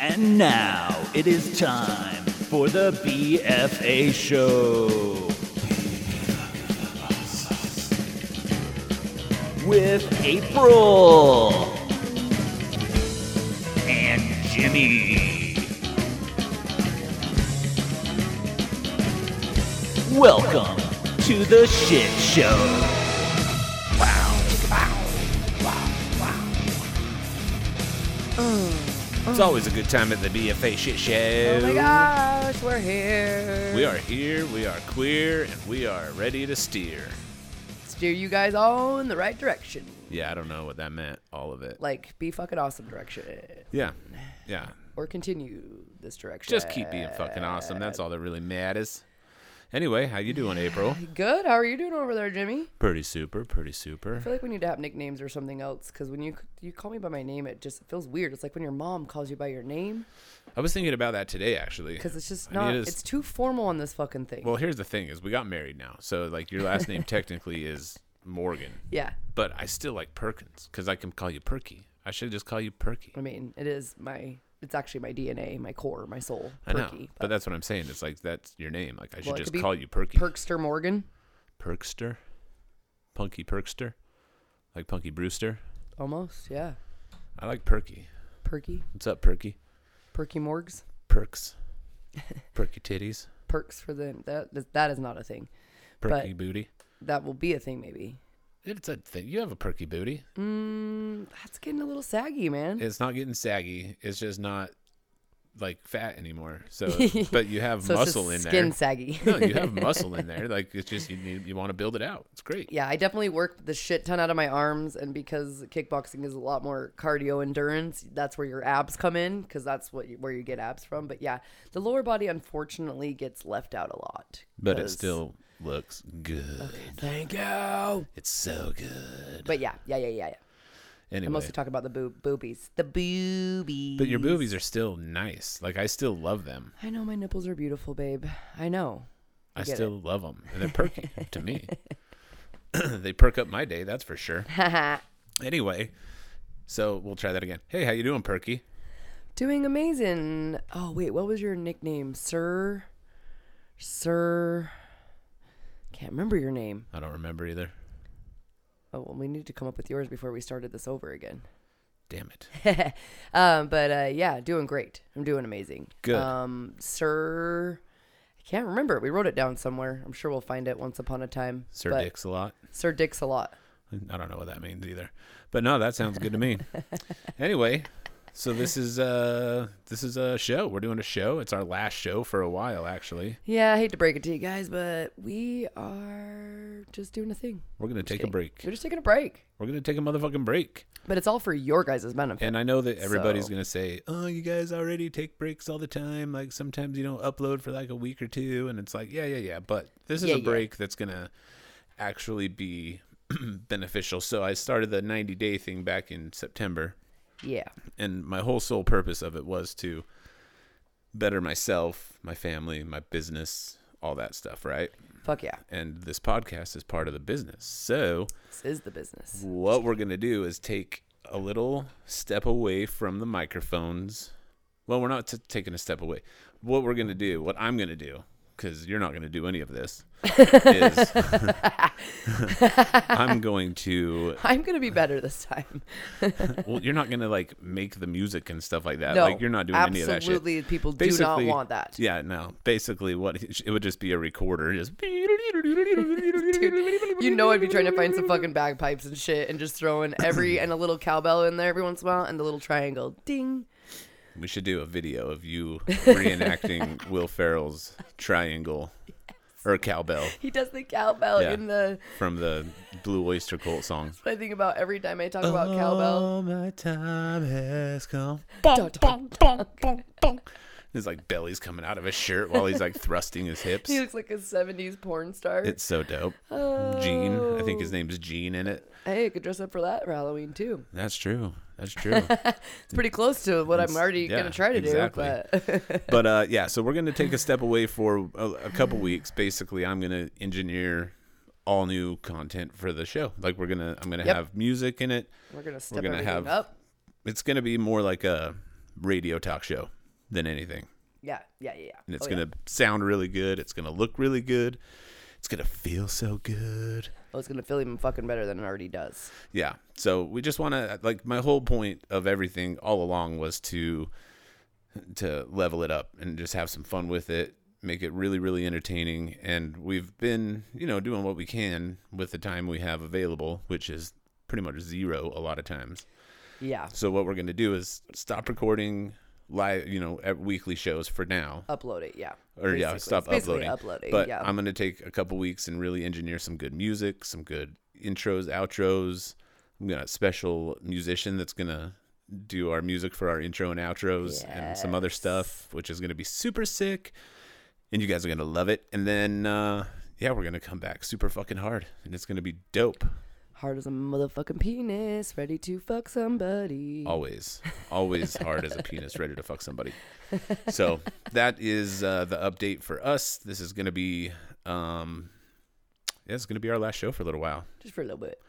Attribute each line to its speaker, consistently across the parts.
Speaker 1: And now it is time for the BFA show. With April and Jimmy. Welcome to the shit show.
Speaker 2: It's always a good time at the BFA shit show.
Speaker 3: Oh my gosh, we're here.
Speaker 2: We are here, we are queer, and we are ready to steer.
Speaker 3: Steer you guys all in the right direction.
Speaker 2: Yeah, I don't know what that meant, all of it.
Speaker 3: Like, be fucking awesome direction.
Speaker 2: Yeah. Yeah.
Speaker 3: Or continue this direction.
Speaker 2: Just keep being fucking awesome. That's all that really matters. Anyway, how you doing, April?
Speaker 3: Good. How are you doing over there, Jimmy?
Speaker 2: Pretty super, pretty
Speaker 3: I
Speaker 2: super.
Speaker 3: feel like we need to have nicknames or something else because when you you call me by my name, it just feels weird. It's like when your mom calls you by your name
Speaker 2: I was thinking about that today actually.
Speaker 3: because it's just
Speaker 2: I need
Speaker 3: not.
Speaker 2: to s-
Speaker 3: It's too formal on this fucking thing.
Speaker 2: Well, here's the thing is we got married now. So like your last name technically is Morgan,
Speaker 3: yeah,
Speaker 2: but I still like Perkins cuz I can call you Perky. I should just call you Perky.
Speaker 3: I mean, it is my. It's actually my DNA, my core, my soul.
Speaker 2: I know.
Speaker 3: Perky,
Speaker 2: But that's what I'm saying. It's like that's your name. Like I should
Speaker 3: Well, it could
Speaker 2: just
Speaker 3: be
Speaker 2: call you Perky.
Speaker 3: Perkster Morgan.
Speaker 2: Perkster, Punky Perkster, like Punky Brewster.
Speaker 3: Almost, yeah.
Speaker 2: I like Perky.
Speaker 3: Perky,
Speaker 2: What's up, Perky?
Speaker 3: Perky Morgs.
Speaker 2: Perks, Perky titties,
Speaker 3: perks for the that is- that is not a thing.
Speaker 2: Perky booty.
Speaker 3: That will be a thing maybe.
Speaker 2: It's a thing. You have a Perky booty.
Speaker 3: Mm, that's getting a little saggy, man.
Speaker 2: It's not getting saggy. It's just not like fat anymore. So, but you have
Speaker 3: So it's just
Speaker 2: muscle in
Speaker 3: skin
Speaker 2: there.
Speaker 3: saggy.
Speaker 2: no, you have muscle in there. Like it's just you need, you want to build it out. It's great.
Speaker 3: yeah, I definitely work the shit ton out of my arms, and because kickboxing is a lot more cardio endurance, that's where your abs come in, because that's what you, where you get abs from. But yeah, the lower body unfortunately gets left out a lot.
Speaker 2: But it
Speaker 3: 'cause-
Speaker 2: still looks good.
Speaker 3: Thank you.
Speaker 2: It's so good.
Speaker 3: But yeah, yeah, yeah, yeah, yeah. I
Speaker 2: Anyway,
Speaker 3: mostly talk about the boob boobies, the boobies.
Speaker 2: but your boobies are still nice. Like I still love them.
Speaker 3: I know my nipples are beautiful, babe. I know.
Speaker 2: I
Speaker 3: get it.
Speaker 2: still love 'em. love them, and they're perky to me. they perk up my day, that's for sure. Anyway, so we'll try that again. Hey, how you doing, Perky?
Speaker 3: Doing amazing. Oh wait, what was your nickname, sir? Sir. Can't remember your name.
Speaker 2: I don't remember either.
Speaker 3: Oh well, we need to come up with yours before we started this over again.
Speaker 2: Damn it.
Speaker 3: Um, but uh, yeah, doing great. I'm doing amazing.
Speaker 2: Good.
Speaker 3: Um, sir. I can't remember. We wrote it down somewhere. I'm sure we'll find it once upon a time.
Speaker 2: Sir
Speaker 3: But
Speaker 2: Dick's a lot.
Speaker 3: Sir Dick's a lot.
Speaker 2: I don't know what that means either. But no, that sounds good to me. anyway, so this is uh this is a show. We're doing a show. It's our last show for a while actually.
Speaker 3: Yeah, I hate to break it to you guys, but we are just doing a thing.
Speaker 2: We're going to take a
Speaker 3: Kidding.
Speaker 2: break.
Speaker 3: We're just taking a break.
Speaker 2: We're going to take a motherfucking break.
Speaker 3: But it's all for your guys' benefit.
Speaker 2: And I know that everybody's
Speaker 3: So-
Speaker 2: gonna say, "Oh, you guys already take breaks all the time. Like sometimes you don't upload for like a week or two, and it's like, yeah, yeah, yeah. But this is
Speaker 3: Yeah,
Speaker 2: a
Speaker 3: yeah.
Speaker 2: break that's gonna actually be beneficial. So I started the 90 day thing back in September,
Speaker 3: yeah.
Speaker 2: and my whole sole purpose of it was to better myself, my family, my business, all that stuff, right?
Speaker 3: Fuck yeah.
Speaker 2: And this podcast is part of the business. So
Speaker 3: This is the business.
Speaker 2: what we're going to do is take a little step away from the microphones. Well, we're not t- taking a step away. What we're going to do, what I'm going to do, because you're not going to do any of this, is I'm going to,
Speaker 3: I'm gonna be better this time.
Speaker 2: well, you're not going to like make the music and stuff like that.
Speaker 3: No,
Speaker 2: Uh, like, you're not doing any of that shit.
Speaker 3: absolutely, people do not want that.
Speaker 2: Yeah, no. Basically, what it would just be a recorder. Just.
Speaker 3: Dude, you know I'd be trying to find some fucking bagpipes and shit and just throwing every and a little cowbell in there every once in a while and the little triangle ding.
Speaker 2: We should do a video of you reenacting Will Ferrell's triangle or cowbell
Speaker 3: He does the cowbell
Speaker 2: Yeah.
Speaker 3: in the
Speaker 2: from the Blue Oyster Cult song.
Speaker 3: I think about every time I talk about cowbell.
Speaker 2: my time has come.
Speaker 3: Dun, dun, dun.
Speaker 2: His like belly's coming out of his shirt while he's like thrusting his hips.
Speaker 3: He looks like a seventies porn star. Uh,
Speaker 2: It's so dope. Gene, I think his name's Gene in it.
Speaker 3: hey, I could dress up for that for Halloween too.
Speaker 2: That's true. That's true.
Speaker 3: It's pretty close to what I'm
Speaker 2: It's-
Speaker 3: already
Speaker 2: yeah,
Speaker 3: gonna try to
Speaker 2: exactly.
Speaker 3: do, but
Speaker 2: but uh, yeah, so we're gonna take a step away for a, a couple weeks. Basically, I'm gonna engineer all new content for the show. Like we're gonna, I'm gonna
Speaker 3: Yep.
Speaker 2: have music in it.
Speaker 3: we're gonna step
Speaker 2: gonna
Speaker 3: everything
Speaker 2: have-
Speaker 3: up.
Speaker 2: It's gonna be more like a radio talk show than anything.
Speaker 3: Yeah, yeah, yeah. yeah.
Speaker 2: And it's
Speaker 3: Oh, yeah.
Speaker 2: going to sound really good. It's going to look really good. It's going to feel so good.
Speaker 3: Oh, it's gonna feel even fucking better than it already does.
Speaker 2: Yeah. So we just want to like my whole point of everything all along was to to level it up and just have some fun with it, make it really really entertaining and we've been, you know, doing what we can with the time we have available, which is pretty much zero a lot of times.
Speaker 3: Yeah.
Speaker 2: So what we're going to do is stop recording live, you know, at weekly shows for now
Speaker 3: Upload it, yeah.
Speaker 2: or yeah,
Speaker 3: Basically.
Speaker 2: stop
Speaker 3: It's basically
Speaker 2: uploading.
Speaker 3: uploading,
Speaker 2: but
Speaker 3: yeah.
Speaker 2: I'm gonna take a couple weeks and really engineer some good music, some good intros, outros. I'm gonna special musician that's gonna do our music for our intro and outros and some other stuff, which is gonna be super sick. And you guys are gonna love it. And then uh, yeah, we're gonna come back super fucking hard, and it's gonna be dope.
Speaker 3: Hard as a motherfucking penis, ready to fuck somebody.
Speaker 2: Oh. Always, always hard as a penis, ready to fuck somebody. So that is uh, the update for us. This is going to be, um, yeah, it's going to be our last show for a little while.
Speaker 3: Just for a little bit.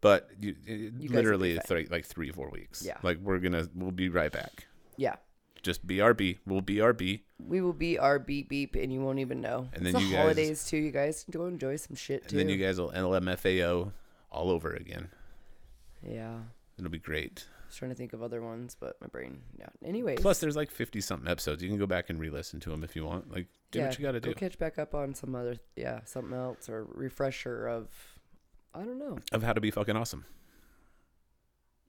Speaker 2: But you, it-
Speaker 3: guys will
Speaker 2: literally,
Speaker 3: be
Speaker 2: it's like, like three, four weeks.
Speaker 3: Yeah.
Speaker 2: like we're gonna, we'll be right back.
Speaker 3: Yeah.
Speaker 2: Just BRB. We'll BRB.
Speaker 3: We will be our beep beep, and you won't even know.
Speaker 2: And then
Speaker 3: it's the
Speaker 2: you guys-
Speaker 3: holidays too. You guys go enjoy some shit
Speaker 2: And
Speaker 3: too.
Speaker 2: then you guys will LMFAO all over again.
Speaker 3: yeah.
Speaker 2: It'll be great.
Speaker 3: I was trying to think of other ones, but my brain. Yeah. Anyways.
Speaker 2: Plus, there's like 50 something episodes. You can go back and re listen to them if you want. Like, do
Speaker 3: yeah,
Speaker 2: what you got to do.
Speaker 3: Go catch back up on some other, yeah, something else or refresher of, I don't know.
Speaker 2: Of how to be fucking awesome.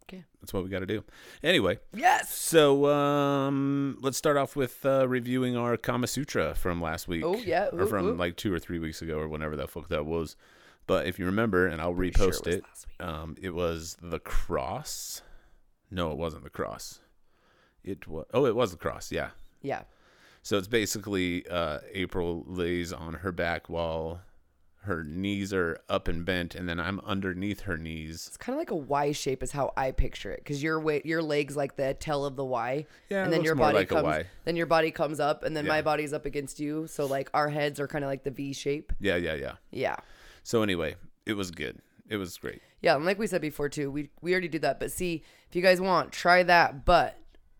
Speaker 3: Okay.
Speaker 2: That's what we got to do. Anyway.
Speaker 3: Yes.
Speaker 2: So um, let's start off with uh, reviewing our Kama Sutra from last week.
Speaker 3: Oh, yeah.
Speaker 2: or
Speaker 3: Ooh,
Speaker 2: from
Speaker 3: ooh.
Speaker 2: like two or three weeks ago, or whenever that fuck that was. But if you remember, and I'll
Speaker 3: sure it
Speaker 2: repost
Speaker 3: was
Speaker 2: it,
Speaker 3: last week.
Speaker 2: um, it was the cross. No, it wasn't the cross. It was oh, it was the cross. Yeah.
Speaker 3: Yeah.
Speaker 2: So it's basically uh, April lays on her back while her knees are up and bent, and then I'm underneath her knees.
Speaker 3: It's kind of like a Y shape is how I picture it because your way, your legs like the tail of the Y.
Speaker 2: Yeah, it
Speaker 3: and then
Speaker 2: looks
Speaker 3: your
Speaker 2: more
Speaker 3: body
Speaker 2: like a
Speaker 3: comes
Speaker 2: Y.
Speaker 3: then your body comes up and then
Speaker 2: Yeah.
Speaker 3: my body's up against you. So like our heads are kind of like the V shape.
Speaker 2: Yeah, yeah, yeah.
Speaker 3: Yeah.
Speaker 2: So anyway, it was good. It was great.
Speaker 3: Yeah, and like we said before too, we we already did that. But see, if you guys want, try that. But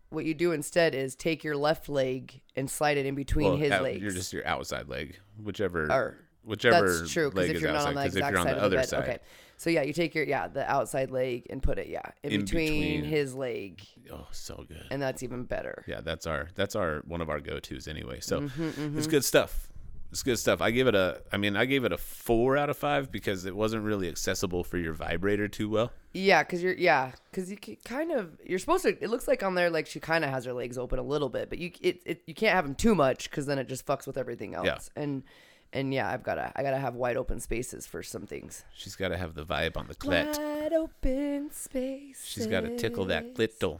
Speaker 3: what you do instead is take your left leg and slide it in between
Speaker 2: Well,
Speaker 3: his
Speaker 2: out-
Speaker 3: legs.
Speaker 2: You're just your outside leg, whichever.
Speaker 3: Or-
Speaker 2: whichever
Speaker 3: That's true because
Speaker 2: leg
Speaker 3: if
Speaker 2: is
Speaker 3: you're not
Speaker 2: outside.
Speaker 3: on the
Speaker 2: 'cause if
Speaker 3: exact
Speaker 2: you're on
Speaker 3: side
Speaker 2: the
Speaker 3: of the
Speaker 2: other
Speaker 3: bed,
Speaker 2: side,
Speaker 3: okay. So yeah, you take your yeah the outside leg and put it yeah in,
Speaker 2: In
Speaker 3: between,
Speaker 2: between.
Speaker 3: his leg,
Speaker 2: oh, so good.
Speaker 3: and that's even better.
Speaker 2: yeah, that's our that's our one of our go tos anyway. So
Speaker 3: Mm-hmm,
Speaker 2: it's good stuff. It's good stuff. I give it a. I mean, I gave it a four out of five because it wasn't really accessible for your vibrator too well.
Speaker 3: Yeah, because you're yeah because you ca- kind of you're supposed to. It looks like on there like she kind of has her legs open a little bit, but you it, it you can't have them too much because then it just fucks with everything else.
Speaker 2: Yeah.
Speaker 3: And and yeah, I've gotta I gotta have wide open spaces for some things.
Speaker 2: She's got to have the vibe on the clit.
Speaker 3: Wide open space.
Speaker 2: She's got to tickle that clittle.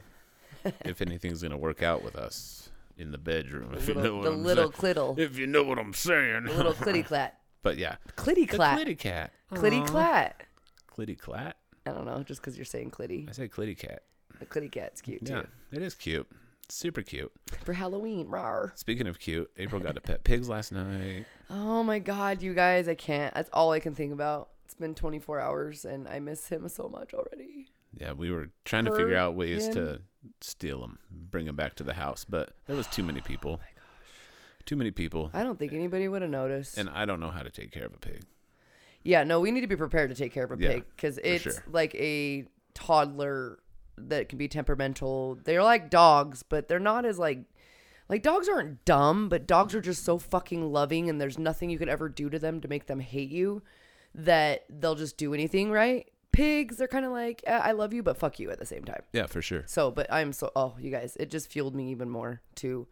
Speaker 2: if anything's gonna work out with us in the bedroom, if you know
Speaker 3: Little,
Speaker 2: what
Speaker 3: the
Speaker 2: I'm
Speaker 3: little
Speaker 2: saying.
Speaker 3: clittle,
Speaker 2: if you know what I'm saying.
Speaker 3: the little clitty clat,
Speaker 2: but yeah,
Speaker 3: clitty
Speaker 2: the
Speaker 3: clat,
Speaker 2: clitty cat,
Speaker 3: clitty clat.
Speaker 2: clitty clat.
Speaker 3: I don't know, just because you're saying clitty.
Speaker 2: I said clitty cat.
Speaker 3: The clitty cat's cute
Speaker 2: Yeah,
Speaker 3: too.
Speaker 2: it is cute. Super cute.
Speaker 3: For Halloween, rawr.
Speaker 2: Speaking of cute, April got a pet pigs last night.
Speaker 3: Oh my god, you guys, I can't. That's all I can think about. It's been 24 hours and I miss him so much already.
Speaker 2: Yeah, we were trying to figure
Speaker 3: Her,
Speaker 2: out ways
Speaker 3: him.
Speaker 2: to steal them, bring them back to the house, but there was too many people. Too many people,
Speaker 3: Oh I don't think anybody would have noticed.
Speaker 2: and I don't know how to take care of a pig.
Speaker 3: yeah, no, we need to be prepared to take care of a
Speaker 2: Yeah,
Speaker 3: pig because it's
Speaker 2: sure.
Speaker 3: like a toddler that can be temperamental. They're like dogs, but they're not as like. Like dogs aren't dumb, but dogs are just so fucking loving, and there's nothing you could ever do to them to make them hate you, that they'll just do anything, right? Pigs, they're kind of like, "Eh, I love you, but fuck you at the same time.
Speaker 2: Yeah, for sure.
Speaker 3: So, but I'm so oh, you guys, it just fueled me even more to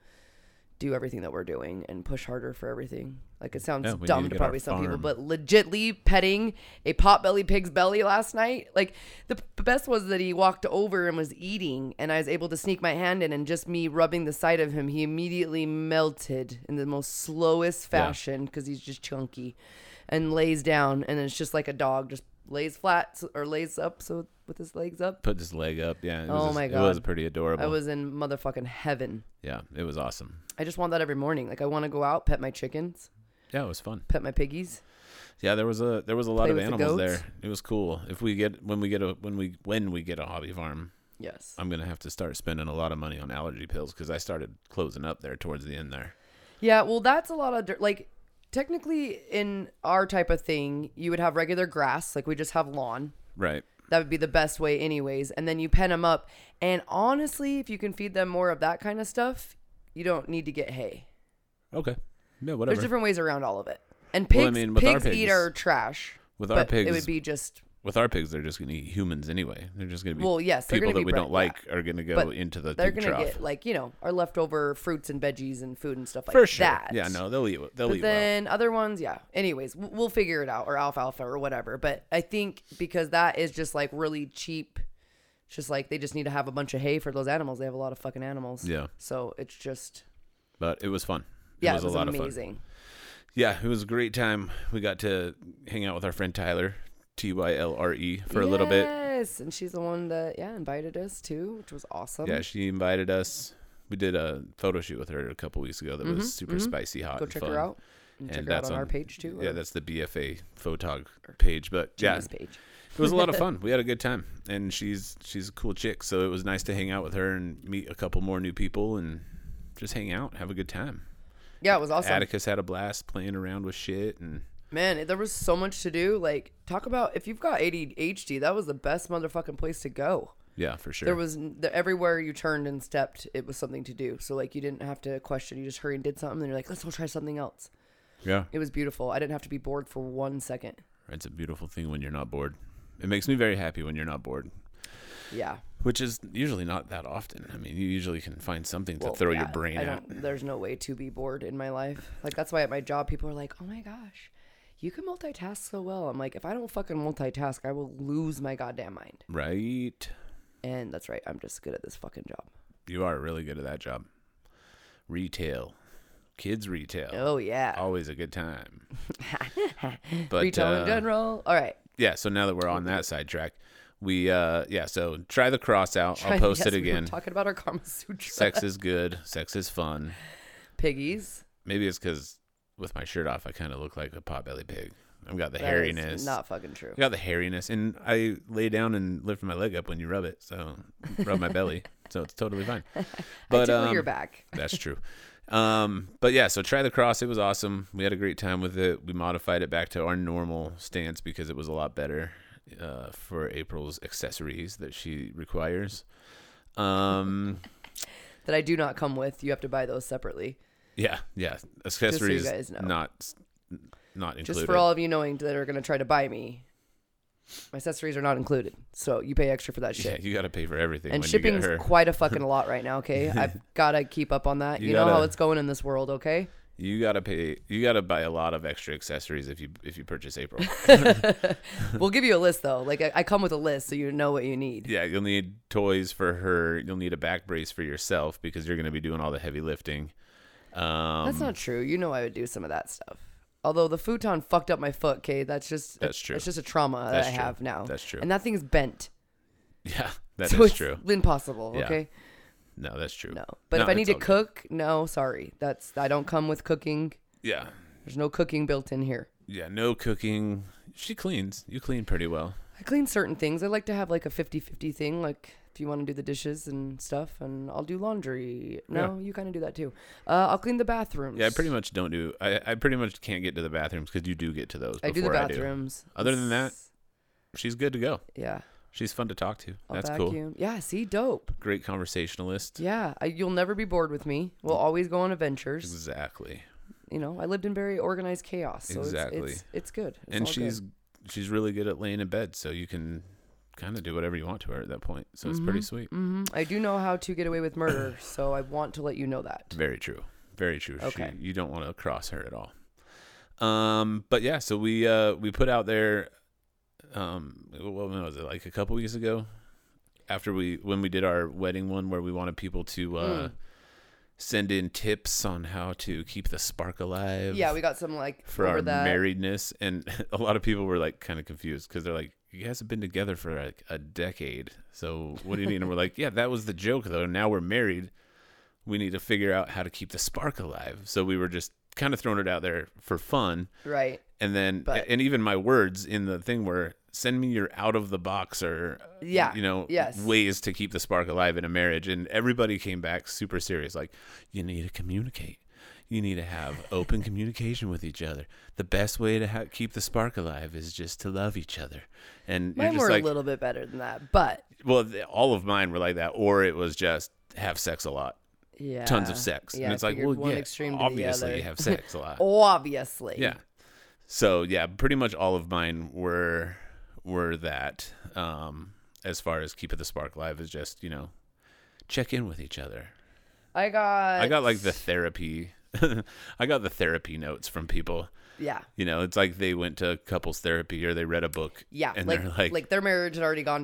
Speaker 3: do everything that we're doing and push harder for everything. Like it sounds
Speaker 2: Yeah, we need
Speaker 3: dumb
Speaker 2: to
Speaker 3: to,
Speaker 2: get our
Speaker 3: probably some people,
Speaker 2: farm.
Speaker 3: but legitly petting a potbelly pig's belly last night. Like the p- best was that he walked over and was eating, and I was able to sneak my hand in, and just me rubbing the side of him, he immediately melted in the most slowest fashion because he's just chunky, and lays down, and it's just like a dog, just lays flat s- or lays up, so with his legs up.
Speaker 2: Put his leg up. Yeah. It was
Speaker 3: Oh
Speaker 2: just-
Speaker 3: my
Speaker 2: It was
Speaker 3: God.
Speaker 2: pretty adorable.
Speaker 3: I was in motherfucking heaven.
Speaker 2: yeah, it was awesome.
Speaker 3: I just want that every morning. Like I want to go out, pet my chickens,
Speaker 2: Yeah, it was fun.
Speaker 3: pet my piggies.
Speaker 2: Yeah, there was a there was a lot
Speaker 3: Play
Speaker 2: of
Speaker 3: with the
Speaker 2: animals
Speaker 3: goats.
Speaker 2: there. It was cool. If we get when we get a when we when we get a hobby farm,
Speaker 3: Yes.
Speaker 2: I'm gonna have to start spending a lot of money on allergy pills because I started closing up there towards the end there.
Speaker 3: Yeah, well, that's a lot of dirt. Like, technically, in our type of thing, you would have regular grass. Like, we just have lawn.
Speaker 2: Right.
Speaker 3: That would be the best way, anyways. And then you pen them up. And honestly, if you can feed them more of that kind of stuff, you don't need to get hay.
Speaker 2: Okay. Yeah.
Speaker 3: There's
Speaker 2: Whatever.
Speaker 3: different ways around all of it. And pigs,
Speaker 2: I mean, with our
Speaker 3: pigs, eat
Speaker 2: pigs-
Speaker 3: our trash.
Speaker 2: with our
Speaker 3: but it
Speaker 2: pigs-
Speaker 3: would be just
Speaker 2: With our pigs, they're just gonna eat humans anyway. They're just gonna be
Speaker 3: Well, yes, they're
Speaker 2: people
Speaker 3: gonna
Speaker 2: that
Speaker 3: be
Speaker 2: we
Speaker 3: bred-
Speaker 2: don't like are gonna go
Speaker 3: But
Speaker 2: into the
Speaker 3: they're
Speaker 2: pig
Speaker 3: gonna
Speaker 2: trough.
Speaker 3: get like you know our leftover fruits and veggies and food and stuff like
Speaker 2: For sure.
Speaker 3: that.
Speaker 2: Yeah. No, they'll eat. They'll
Speaker 3: But
Speaker 2: eat
Speaker 3: then other ones, yeah. Anyways, w- we'll figure it out or alfalfa or whatever. But I think because that is just like really cheap. It's just like they just need to have a bunch of hay for those animals. They have a lot of fucking animals.
Speaker 2: Yeah.
Speaker 3: So it's just
Speaker 2: well. But it was fun.
Speaker 3: yeah,
Speaker 2: it was, a lot of fun.
Speaker 3: amazing.
Speaker 2: Yeah, it was a great time. We got to hang out with our friend Tyler, T Y L R E, for a little bit.
Speaker 3: Yes, and she's the one that yeah invited us too, which was awesome.
Speaker 2: Yeah, she invited us. We did a photo shoot with her a couple weeks ago that was super spicy hot.
Speaker 3: Mm-hmm, Go
Speaker 2: and
Speaker 3: check
Speaker 2: fun.
Speaker 3: her out. And, check her out on, our page too.
Speaker 2: Yeah,
Speaker 3: or
Speaker 2: that's the BFA photog page. But yeah,
Speaker 3: Gina's page.
Speaker 2: it was a lot of fun. We had a good time, and she's she's a cool chick. So it was nice to hang out with her and meet a couple more new people and just hang out, have a good time.
Speaker 3: Yeah, it was awesome.
Speaker 2: Atticus had a blast playing around with shit, and
Speaker 3: Man, there was so much to do. Like, talk about if you've got ADHD, that was the best motherfucking place to go.
Speaker 2: yeah, for sure.
Speaker 3: There was n- the, everywhere you turned and stepped, it was something to do. So like, you didn't have to question. You just hurry and did something. Then you're like, let's go try something else.
Speaker 2: yeah,
Speaker 3: It was beautiful. I didn't have to be bored for one second.
Speaker 2: it's a beautiful thing when you're not bored. It makes me very happy when you're not bored.
Speaker 3: Yeah.
Speaker 2: Which is usually not that often. I mean, you usually can find something to
Speaker 3: Well,
Speaker 2: throw your
Speaker 3: yeah,
Speaker 2: brain
Speaker 3: I
Speaker 2: at.
Speaker 3: don't. There's no way to be bored in my life. Like that's why at my job, people are like, oh my gosh, you can multitask so well. I'm like, if I don't fucking multitask, I will lose my goddamn mind.
Speaker 2: Right.
Speaker 3: And that's right. I'm just good at this fucking job.
Speaker 2: You are really good at that job. Retail. Kids retail.
Speaker 3: Oh yeah.
Speaker 2: Always a good time. but
Speaker 3: Retail
Speaker 2: uh,
Speaker 3: in general. All right.
Speaker 2: yeah, so now that we're on that sidetrack, we uh yeah, so try the cross out. I'll post
Speaker 3: Yes,
Speaker 2: it
Speaker 3: we were
Speaker 2: again.
Speaker 3: talking about our Kama Sutra
Speaker 2: Sex is good, sex is fun.
Speaker 3: piggies.
Speaker 2: Maybe it's cuz with my shirt off I kind of look like a potbelly pig. I've got the
Speaker 3: That is
Speaker 2: hairiness.
Speaker 3: Not fucking true.
Speaker 2: I got the hairiness, and I lay down and lift my leg up when you rub it, so rub my belly, so it's totally fine. But
Speaker 3: Tickle
Speaker 2: um,
Speaker 3: your back.
Speaker 2: that's true. Um, but yeah, so try the cross. It was awesome. We had a great time with it. We modified it back to our normal stance because it was a lot better uh, for April's accessories that she requires. Um,
Speaker 3: That I do not come with. You have to buy those separately.
Speaker 2: yeah, yeah, accessories
Speaker 3: guys know.
Speaker 2: not not included.
Speaker 3: Just for all of you knowing that are going to try to buy me, my accessories are not included. So you pay extra for that
Speaker 2: yeah,
Speaker 3: shit.
Speaker 2: you got to pay for everything.
Speaker 3: and
Speaker 2: when you get
Speaker 3: shipping's
Speaker 2: her.
Speaker 3: quite a fucking lot right now, okay? I've got to keep up on that.
Speaker 2: You
Speaker 3: You, know how
Speaker 2: gotta-
Speaker 3: it's going in this world, okay?
Speaker 2: You gotta pay. You gotta buy a lot of extra accessories if you if you purchase April.
Speaker 3: We'll give you a list, though. Like, I, I come with a list so you know what you need.
Speaker 2: yeah, you'll need toys for her. You'll need a back brace for yourself because you're gonna be doing all the heavy lifting. Um,
Speaker 3: That's not true. You know I would do some of that stuff. Although the futon fucked up my foot, okay? That's just
Speaker 2: That's true.
Speaker 3: That's just a trauma
Speaker 2: That's
Speaker 3: that I
Speaker 2: true.
Speaker 3: have now.
Speaker 2: That's true.
Speaker 3: And that thing's bent.
Speaker 2: yeah, that is
Speaker 3: so it's
Speaker 2: true.
Speaker 3: impossible,
Speaker 2: Yeah.
Speaker 3: okay?
Speaker 2: No, that's true.
Speaker 3: No. But if I
Speaker 2: it's
Speaker 3: need to
Speaker 2: all good.
Speaker 3: cook, no, sorry. That's I don't come with cooking.
Speaker 2: yeah,
Speaker 3: There's no cooking built in here.
Speaker 2: yeah, no cooking. She cleans. You clean pretty well.
Speaker 3: I clean certain things. I like to have like a 50-50 thing like if you want to do the dishes and stuff and I'll do laundry. No, you kind of do that too. Uh, I'll clean the bathrooms.
Speaker 2: Yeah, I pretty much don't do. I, I pretty much can't get to the bathrooms because you do get to those. Before
Speaker 3: I do the bathrooms.
Speaker 2: Other than that-
Speaker 3: It's-
Speaker 2: She's good to go.
Speaker 3: yeah.
Speaker 2: She's fun to talk to.
Speaker 3: I'll
Speaker 2: that's
Speaker 3: vacuum.
Speaker 2: cool.
Speaker 3: Yeah, see dope.
Speaker 2: Great conversationalist.
Speaker 3: Yeah, I, you'll never be bored with me. We'll
Speaker 2: Mm.
Speaker 3: always go on adventures.
Speaker 2: Exactly.
Speaker 3: You know, I lived in very organized chaos, so
Speaker 2: Exactly.
Speaker 3: it's, it's it's good. It's
Speaker 2: and
Speaker 3: all good.
Speaker 2: she's she's really good at laying in bed, so you can kind of do whatever you want to her at that point. So it's pretty sweet.
Speaker 3: Mhm. I do know how to get away with murder, so I want to let you know that.
Speaker 2: Very true. Very true.
Speaker 3: Okay.
Speaker 2: She, you don't want to cross her at all. Um, but yeah, so we uh we put out there um what was it, like a couple weeks ago? After we when we did our wedding one where we wanted people to uh
Speaker 3: Hmm.
Speaker 2: send in tips on how to keep the spark alive.
Speaker 3: Yeah, we got some like
Speaker 2: for
Speaker 3: over
Speaker 2: our
Speaker 3: that.
Speaker 2: marriedness and a lot of people were like kind of confused because they're like you guys have been together for like a decade so what do you need and we're like yeah that was the joke though now we're married we need to figure out how to keep the spark alive so we were just kind of throwing it out there for fun
Speaker 3: right.
Speaker 2: and then
Speaker 3: But-
Speaker 2: and even my words in the thing were send me your out of the box or
Speaker 3: Yeah,
Speaker 2: you know
Speaker 3: yes.
Speaker 2: ways to keep the spark alive in a marriage and everybody came back super serious like you need to communicate you need to have open communication with each other the best way to ha- keep the spark alive is just to love each other and
Speaker 3: Mine
Speaker 2: you're
Speaker 3: were
Speaker 2: just like
Speaker 3: a little bit better than that, but
Speaker 2: well th- all of mine were like that or it was just have sex a lot
Speaker 3: yeah,
Speaker 2: tons of sex
Speaker 3: Yeah,
Speaker 2: and
Speaker 3: I
Speaker 2: it's like
Speaker 3: figured
Speaker 2: well
Speaker 3: one
Speaker 2: yeah
Speaker 3: extreme to the
Speaker 2: obviously
Speaker 3: other.
Speaker 2: you have sex a lot
Speaker 3: obviously,
Speaker 2: yeah. So yeah, pretty much all of mine were were that. Um, as far as keeping the spark alive is just you know check in with each other.
Speaker 3: I got,
Speaker 2: I got like the therapy. I got the therapy notes from people.
Speaker 3: yeah,
Speaker 2: You know, it's like they went to couples therapy or they read a book.
Speaker 3: yeah,
Speaker 2: and
Speaker 3: like,
Speaker 2: they're
Speaker 3: like their marriage had already gone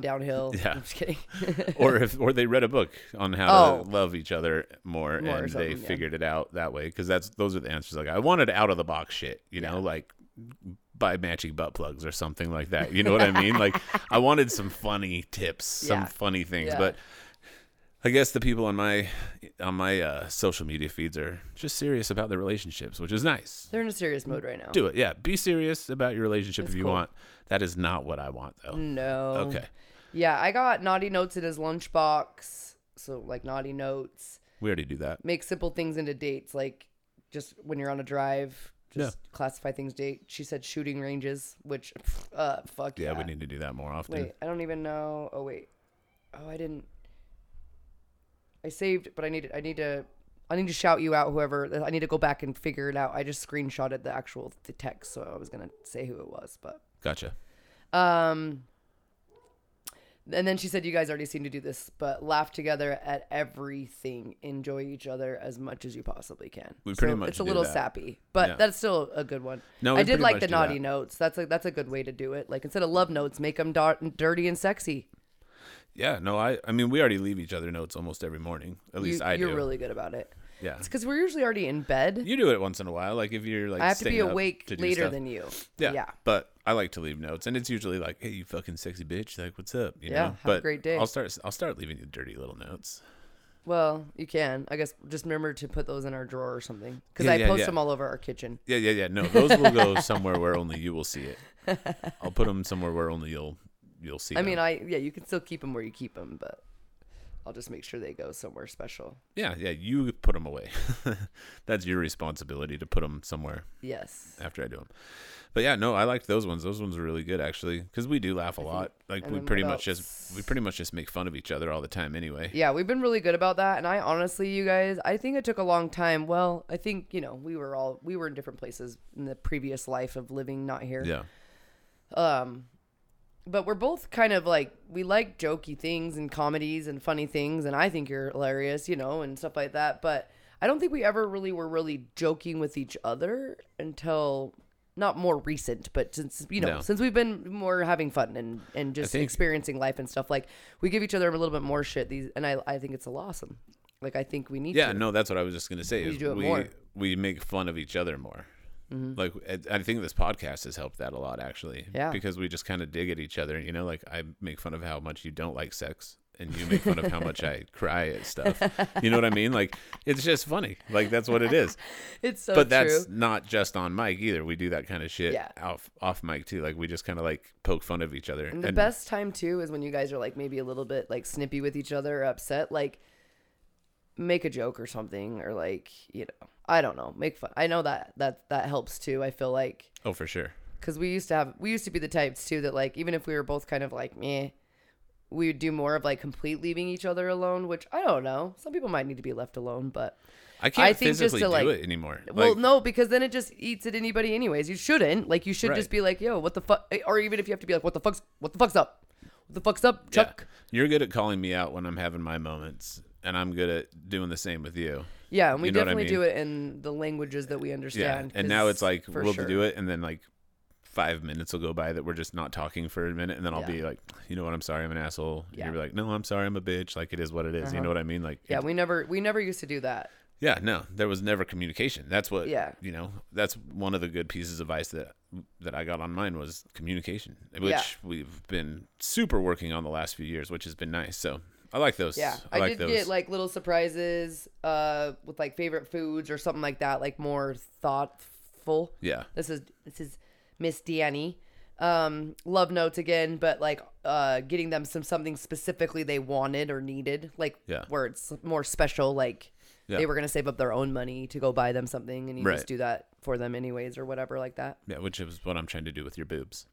Speaker 3: downhill.
Speaker 2: Yeah.
Speaker 3: I'm just kidding.
Speaker 2: or if or they read a book on how
Speaker 3: Oh.
Speaker 2: to love each other more,
Speaker 3: More or
Speaker 2: and they
Speaker 3: something, yeah.
Speaker 2: figured it out that way because that's those are the answers like i wanted out of the box shit you know like buy matching butt plugs or something like that you know what i mean like i wanted some funny tips some
Speaker 3: Yeah.
Speaker 2: funny things
Speaker 3: Yeah.
Speaker 2: but i guess the people on my on my uh, social media feeds are just serious about their relationships which is nice
Speaker 3: They're in a serious mode right now.
Speaker 2: do it yeah be serious about your relationship if you
Speaker 3: cool.
Speaker 2: want that is not what i want though
Speaker 3: No.
Speaker 2: okay
Speaker 3: Yeah, I got naughty notes in his lunchbox. So like naughty notes.
Speaker 2: we already do that
Speaker 3: Make simple things into dates, like just when you're on a drive, just classify things date. She said shooting ranges, which uh fuck
Speaker 2: yeah,
Speaker 3: yeah.
Speaker 2: we need to do that more often
Speaker 3: Wait, I don't even know. Oh wait. Oh, I didn't. I saved, but I need I need to. I need to shout you out, whoever. I need to go back and figure it out. I just screenshotted the actual the text, so I was gonna say who it was, but
Speaker 2: gotcha
Speaker 3: um, and then she said, "You guys already seem to do this, but laugh together at everything. Enjoy each other as much as you possibly can."
Speaker 2: We pretty
Speaker 3: So
Speaker 2: much
Speaker 3: it's a
Speaker 2: do
Speaker 3: little
Speaker 2: that.
Speaker 3: sappy, but
Speaker 2: Yeah.
Speaker 3: that's still a good one.
Speaker 2: No, we
Speaker 3: I did
Speaker 2: pretty
Speaker 3: like
Speaker 2: much
Speaker 3: the
Speaker 2: do
Speaker 3: naughty
Speaker 2: that.
Speaker 3: notes. That's a that's a good way to do it. Like instead of love notes, make them dirty and sexy.
Speaker 2: Yeah, no, I I mean we already leave each other notes almost every morning. At least
Speaker 3: you,
Speaker 2: I
Speaker 3: you're
Speaker 2: do.
Speaker 3: really good about it.
Speaker 2: yeah.
Speaker 3: It's because we're usually already in bed.
Speaker 2: You do it once in a while, like if you're like
Speaker 3: I have to be
Speaker 2: staying up
Speaker 3: awake
Speaker 2: to do
Speaker 3: later
Speaker 2: stuff.
Speaker 3: than you.
Speaker 2: yeah.
Speaker 3: yeah.
Speaker 2: But I like to leave notes, and it's usually like, "Hey, you fucking sexy bitch! Like, what's up?" You
Speaker 3: Yeah,
Speaker 2: know.
Speaker 3: have a
Speaker 2: but
Speaker 3: great day.
Speaker 2: I'll start. I'll start leaving you dirty little notes.
Speaker 3: Well, you can. I guess just remember to put those in our drawer or something because
Speaker 2: Yeah,
Speaker 3: I
Speaker 2: yeah,
Speaker 3: post
Speaker 2: yeah.
Speaker 3: them all over our kitchen.
Speaker 2: Yeah, yeah, yeah. No, those will go somewhere where only you will see it. I'll put them somewhere where only you'll you'll see.
Speaker 3: I mean, I yeah, you can still keep them where you keep them, but I'll just make sure they go somewhere special.
Speaker 2: yeah, yeah. You put them away. That's your responsibility to put them somewhere.
Speaker 3: Yes.
Speaker 2: after I do them. But yeah, no, I liked those ones. Those ones were really good actually, because we do laugh a lot. Like
Speaker 3: and
Speaker 2: we
Speaker 3: then
Speaker 2: pretty
Speaker 3: what
Speaker 2: much just we pretty much just make fun of each other all the time anyway.
Speaker 3: Yeah, we've been really good about that, and I honestly, you guys, I think it took a long time. Well, I think you know we were all we were in different places in the previous life of living not here.
Speaker 2: Yeah,
Speaker 3: Um, but we're both kind of like we like jokey things and comedies and funny things, and I think you're hilarious, you know, and stuff like that. But I don't think we ever really were really joking with each other until not more recent, but since you know,
Speaker 2: No.
Speaker 3: since we've been more having fun and and just
Speaker 2: think-
Speaker 3: experiencing life and stuff. Like we give each other a little bit more shit. These and I I think it's a awesome. Like I think we need
Speaker 2: yeah.
Speaker 3: to.
Speaker 2: No, that's what I was just gonna say.
Speaker 3: We
Speaker 2: is
Speaker 3: do it
Speaker 2: we
Speaker 3: more. Mm-hmm.
Speaker 2: we make fun of each other more. Like I- I think this podcast has helped that a lot actually.
Speaker 3: Yeah.
Speaker 2: Because we just kind of dig at each other. You know, like I make fun of how much you don't like sex. And you make fun of how much I cry at stuff. You know what I mean? Like, it's just funny. Like, that's what it is.
Speaker 3: It's so
Speaker 2: but
Speaker 3: true.
Speaker 2: that's not just on mic either. We do that kind of shit
Speaker 3: Yeah.
Speaker 2: off off mic too. Like we just kind of like poke fun of each other.
Speaker 3: And the best time too is when you guys are like maybe a little bit like snippy with each other or upset. Like make a joke or something or like, you know, I don't know, make fun. I know that that that helps too. I feel like
Speaker 2: Oh, for sure.
Speaker 3: cuz we used to have we used to be the types too that like even if we were both kind of like meh we would do more of like complete leaving each other alone, which I don't know. Some people might need to be left alone, but
Speaker 2: I can't
Speaker 3: think just
Speaker 2: physically
Speaker 3: to, like-
Speaker 2: do it anymore.
Speaker 3: well,
Speaker 2: like,
Speaker 3: no, because then it just eats at anybody anyways. You shouldn't. Like you should just
Speaker 2: Right.
Speaker 3: be like, "Yo, what the fuck?" or even if you have to be like, "What the fuck's what the fuck's up?" What the fuck's up,
Speaker 2: yeah.
Speaker 3: Chuck?
Speaker 2: you're good at calling me out when I'm having my moments, and I'm good at doing the same with you.
Speaker 3: Yeah, and we
Speaker 2: You know what I
Speaker 3: definitely do
Speaker 2: mean?
Speaker 3: it in the languages that we
Speaker 2: Yeah.
Speaker 3: understand.
Speaker 2: and now it's like we'll do
Speaker 3: it.
Speaker 2: it, and then like five minutes will go by that we're just not talking for a minute, and then I'll
Speaker 3: Yeah.
Speaker 2: be like, you know what? I'm sorry, I'm an asshole.
Speaker 3: Yeah. Uh-huh.
Speaker 2: And you'll be like, no, I'm sorry, I'm a bitch. Like it is what it is. You know what I mean? Like
Speaker 3: Yeah, we never we never used to do that.
Speaker 2: Yeah, no, there was never communication. That's what,
Speaker 3: Yeah.
Speaker 2: you know, that's one of the good pieces of advice that that I got on mine was communication, which
Speaker 3: Yeah.
Speaker 2: we've been super working on the last few years, which has been nice. So I like those.
Speaker 3: Yeah,
Speaker 2: I,
Speaker 3: I,
Speaker 2: like
Speaker 3: did
Speaker 2: those.
Speaker 3: get like little surprises uh with like favorite foods or something like that, like more thoughtful.
Speaker 2: yeah,
Speaker 3: This is this is Miss Danny. um love notes again but like uh getting them some something specifically they wanted or needed like
Speaker 2: Yeah.
Speaker 3: where it's more special like
Speaker 2: Yeah.
Speaker 3: they were gonna save up their own money to go buy them something and you
Speaker 2: Right.
Speaker 3: just do that for them anyways or whatever like that
Speaker 2: Yeah, which is what I'm trying to do with your boobs.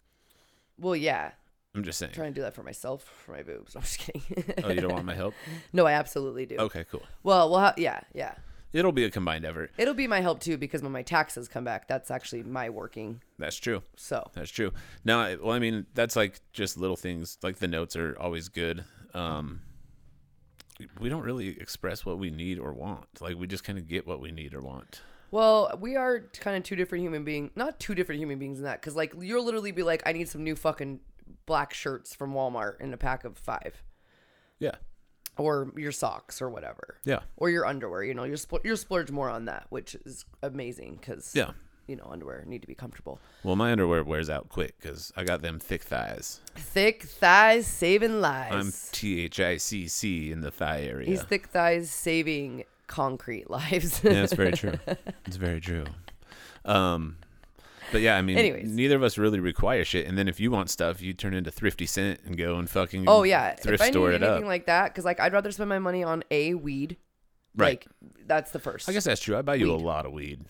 Speaker 3: well yeah
Speaker 2: I'm just saying.
Speaker 3: trying to do that for myself for my boobs i'm just kidding
Speaker 2: Oh, you don't want my help?
Speaker 3: no i absolutely do
Speaker 2: Okay, cool.
Speaker 3: well well ha- yeah yeah
Speaker 2: It'll be a combined effort.
Speaker 3: it'll be my help too because when my taxes come back that's actually my working
Speaker 2: That's true.
Speaker 3: so
Speaker 2: That's true. Now, I- well, I mean, that's like just little things. Like the notes are always good. Um, we don't really express what we need or want. Like we just kind of get what we need or want.
Speaker 3: Well, we are kind of two different human beings. Not two different human beings in that, because like you'll literally be like, I need some new fucking black shirts from Walmart in a pack of five,
Speaker 2: Yeah.
Speaker 3: or your socks or whatever,
Speaker 2: Yeah.
Speaker 3: or your underwear. You know, you're spl- you're splurge more on that, which is amazing because
Speaker 2: Yeah.
Speaker 3: you know underwear need to be comfortable.
Speaker 2: Well, my underwear wears out quick because I got them thick thighs.
Speaker 3: Thick thighs saving lives.
Speaker 2: I'm T H I C C in the thigh area.
Speaker 3: He's thick thighs saving concrete lives.
Speaker 2: yeah, that's very true. It's very true. Um, but yeah, I mean,
Speaker 3: Anyways.
Speaker 2: neither of us really require shit. And then if you want stuff, you turn into Thrifty Cent and go and fucking
Speaker 3: Oh yeah,
Speaker 2: thrift
Speaker 3: if I
Speaker 2: store
Speaker 3: knew
Speaker 2: it up.
Speaker 3: anything like that, because like I'd rather spend my money on a weed.
Speaker 2: Right.
Speaker 3: Like that's the first.
Speaker 2: I guess that's true. I buy you a
Speaker 3: Weed.
Speaker 2: lot of weed.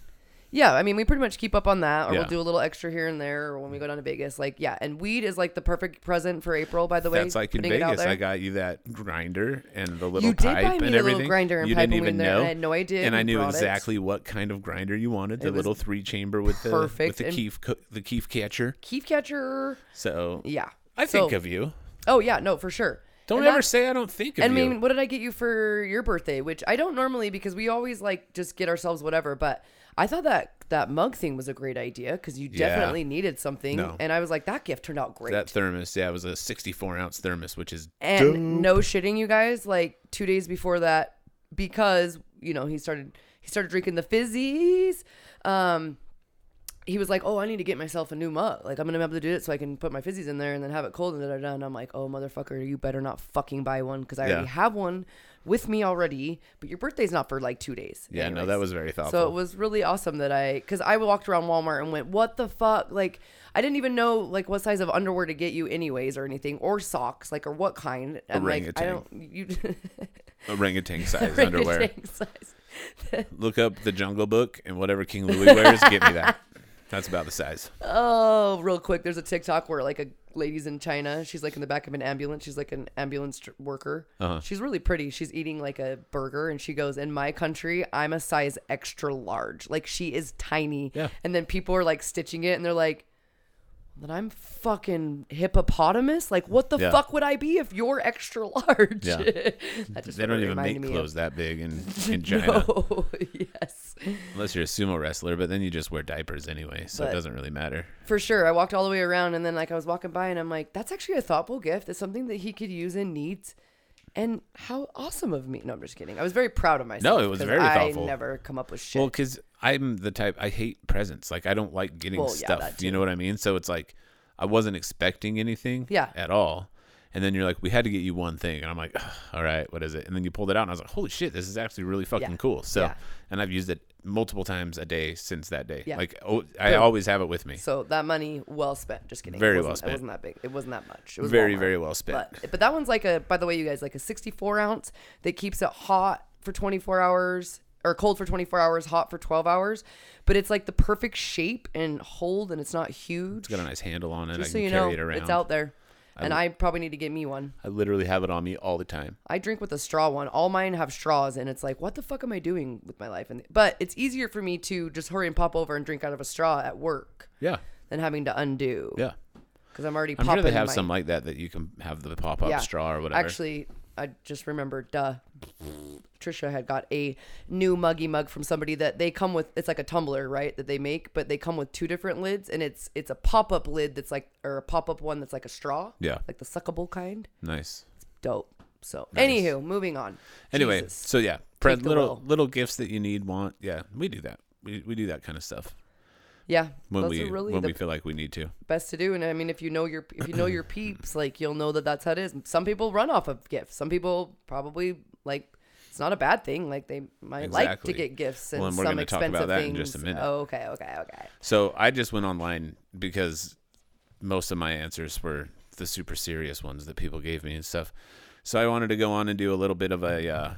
Speaker 3: Yeah, I mean, we pretty much keep up on that, or
Speaker 2: Yeah.
Speaker 3: we'll do a little extra here and there, or when we go down to Vegas. Like, yeah, and weed is like the perfect present for April. By the way,
Speaker 2: That's like in
Speaker 3: putting it out
Speaker 2: Vegas.
Speaker 3: there.
Speaker 2: I got you that grinder and the little
Speaker 3: You did buy
Speaker 2: pipe
Speaker 3: me
Speaker 2: and
Speaker 3: a little
Speaker 2: everything.
Speaker 3: grinder and
Speaker 2: you
Speaker 3: pipe
Speaker 2: didn't
Speaker 3: when we
Speaker 2: even
Speaker 3: were there,
Speaker 2: know.
Speaker 3: and I had no idea,
Speaker 2: And
Speaker 3: and
Speaker 2: I
Speaker 3: you
Speaker 2: knew
Speaker 3: brought it.
Speaker 2: exactly what kind of grinder you wanted. The
Speaker 3: was
Speaker 2: little three chamber with the with
Speaker 3: perfect
Speaker 2: the
Speaker 3: and-
Speaker 2: keef co- the keef catcher.
Speaker 3: Keef catcher.
Speaker 2: So
Speaker 3: Yeah,
Speaker 2: I think
Speaker 3: So-
Speaker 2: of you.
Speaker 3: Oh yeah, no, for sure.
Speaker 2: Don't
Speaker 3: And
Speaker 2: ever
Speaker 3: that's-
Speaker 2: say I don't think of
Speaker 3: I
Speaker 2: you.
Speaker 3: mean, what did I get you for your birthday? Which I don't normally because we always like just get ourselves whatever. But I thought that that mug thing was a great idea because you
Speaker 2: Yeah.
Speaker 3: definitely needed something,
Speaker 2: No.
Speaker 3: and I was like, that gift turned out great.
Speaker 2: That thermos, yeah, it was a 64 ounce thermos, which is
Speaker 3: And no shitting, you guys, like two days before that, because you know he started he started drinking the fizzies. Um, he was like, "Oh, I need to get myself a new mug. Like I'm gonna be able to do it so I can put my fizzies in there and then have it cold and da da da." And I'm like, "Oh, motherfucker, you better not fucking buy one because I
Speaker 2: Yeah.
Speaker 3: already have one with me already. But your birthday's not for like two days."
Speaker 2: yeah, no,
Speaker 3: Anyways.
Speaker 2: that was very thoughtful.
Speaker 3: So it was really awesome that I, because I walked around Walmart and went, what the fuck? Like, I didn't even know like what size of underwear to get you, anyways, or anything, or socks, like, or what kind. And like, I
Speaker 2: Orangutan.
Speaker 3: don't, you
Speaker 2: orangutan size underwear.
Speaker 3: orangutan size.
Speaker 2: Look up the Jungle Book and whatever King Louis wears, get me that. That's about the size.
Speaker 3: Oh, real quick, there's a TikTok where like a lady's in China. She's like in the back of an ambulance. She's like an ambulance tr- worker.
Speaker 2: Uh-huh.
Speaker 3: She's really pretty. She's eating like a burger, and she goes, "In my country, I'm a size extra large." Like she is tiny.
Speaker 2: Yeah.
Speaker 3: And then people are like stitching it, and they're like. Then I'm fucking hippopotamus. Like, what the
Speaker 2: Yeah.
Speaker 3: fuck would I be if you're extra large?
Speaker 2: Yeah.
Speaker 3: that just
Speaker 2: They don't even
Speaker 3: reminded
Speaker 2: make
Speaker 3: me of-
Speaker 2: clothes that big in, in China.
Speaker 3: Oh yes.
Speaker 2: Unless you're a sumo wrestler, but then you just wear diapers anyway, so it
Speaker 3: But-
Speaker 2: doesn't really matter.
Speaker 3: for sure. I walked all the way around and then like I was walking by and I'm like, that's actually a thoughtful gift. It's something that he could use and needs. And how awesome of me. No, I'm just kidding. I was very proud of myself.
Speaker 2: it was
Speaker 3: 'cause
Speaker 2: very
Speaker 3: I
Speaker 2: thoughtful.
Speaker 3: never come up with shit.
Speaker 2: Well, because I'm the type I hate presents. Like I don't like getting
Speaker 3: Well, yeah,
Speaker 2: stuff.
Speaker 3: that
Speaker 2: you know what I mean? So it's like I wasn't expecting anything.
Speaker 3: Yeah.
Speaker 2: At all. And then you're like, we had to get you one thing, and I'm like, "Ugh, all right, what is it? And then you pulled it out, and I was like, holy shit, this is actually really fucking
Speaker 3: Yeah.
Speaker 2: cool. So,
Speaker 3: Yeah.
Speaker 2: and I've used it multiple times a day since that day.
Speaker 3: Yeah.
Speaker 2: Like, oh, I always have it with me.
Speaker 3: so that money well spent. Just kidding. It
Speaker 2: Very
Speaker 3: wasn't-
Speaker 2: well
Speaker 3: It
Speaker 2: spent.
Speaker 3: wasn't that big. It wasn't that much. It was
Speaker 2: very,
Speaker 3: Walmart.
Speaker 2: very well spent.
Speaker 3: But but that one's like a by the way, you guys, like a sixty four ounce that keeps it hot for twenty four hours or cold for twenty four hours, hot for twelve hours. But it's like the perfect shape and hold and it's not huge.
Speaker 2: it's got a nice handle on it.
Speaker 3: Just
Speaker 2: I
Speaker 3: so
Speaker 2: can
Speaker 3: you know,
Speaker 2: carry it around.
Speaker 3: it's out there. And I probably need to get me one.
Speaker 2: I literally have it on me all the time.
Speaker 3: I drink with a straw one. All mine have straws, and it's like, what the fuck am I doing with my life? And but it's easier for me to just hurry and pop over and drink out of a straw at work
Speaker 2: Yeah.
Speaker 3: than having to undo.
Speaker 2: Yeah.
Speaker 3: because I'm already.
Speaker 2: I'm
Speaker 3: popping
Speaker 2: sure they have
Speaker 3: my,
Speaker 2: some like that that you can have the pop up straw or whatever.
Speaker 3: Actually, I just remembered. Duh. Trisha had got a new muggy mug from somebody that they come with. It's like a tumbler, right? That they make, but they come with two different lids, and it's it's a pop up lid that's like, or a pop up one that's like a straw.
Speaker 2: Yeah.
Speaker 3: like the suckable kind.
Speaker 2: nice.
Speaker 3: dope. So, anywho, moving on.
Speaker 2: Anyway,
Speaker 3: Jesus.
Speaker 2: so yeah, pre-
Speaker 3: Take the
Speaker 2: little
Speaker 3: will.
Speaker 2: little gifts that you need, want. Yeah, we do that. We, we do that kind of stuff
Speaker 3: yeah,
Speaker 2: when
Speaker 3: that's
Speaker 2: we
Speaker 3: really
Speaker 2: when
Speaker 3: the
Speaker 2: we feel like we need to.
Speaker 3: best to do. And I mean, if you know your if you know your peeps, like you'll know that that's how it is. Some people run off of gifts. Some people probably like it's not a bad thing. Like they might like
Speaker 2: Exactly.
Speaker 3: to get gifts and
Speaker 2: Well, and we're
Speaker 3: some
Speaker 2: gonna talk
Speaker 3: expensive
Speaker 2: about that in
Speaker 3: things.
Speaker 2: just a minute.
Speaker 3: Oh, okay, okay, okay.
Speaker 2: So I just went online because most of my answers were the super serious ones that people gave me and stuff. So I wanted to go on and do a little bit of a uh,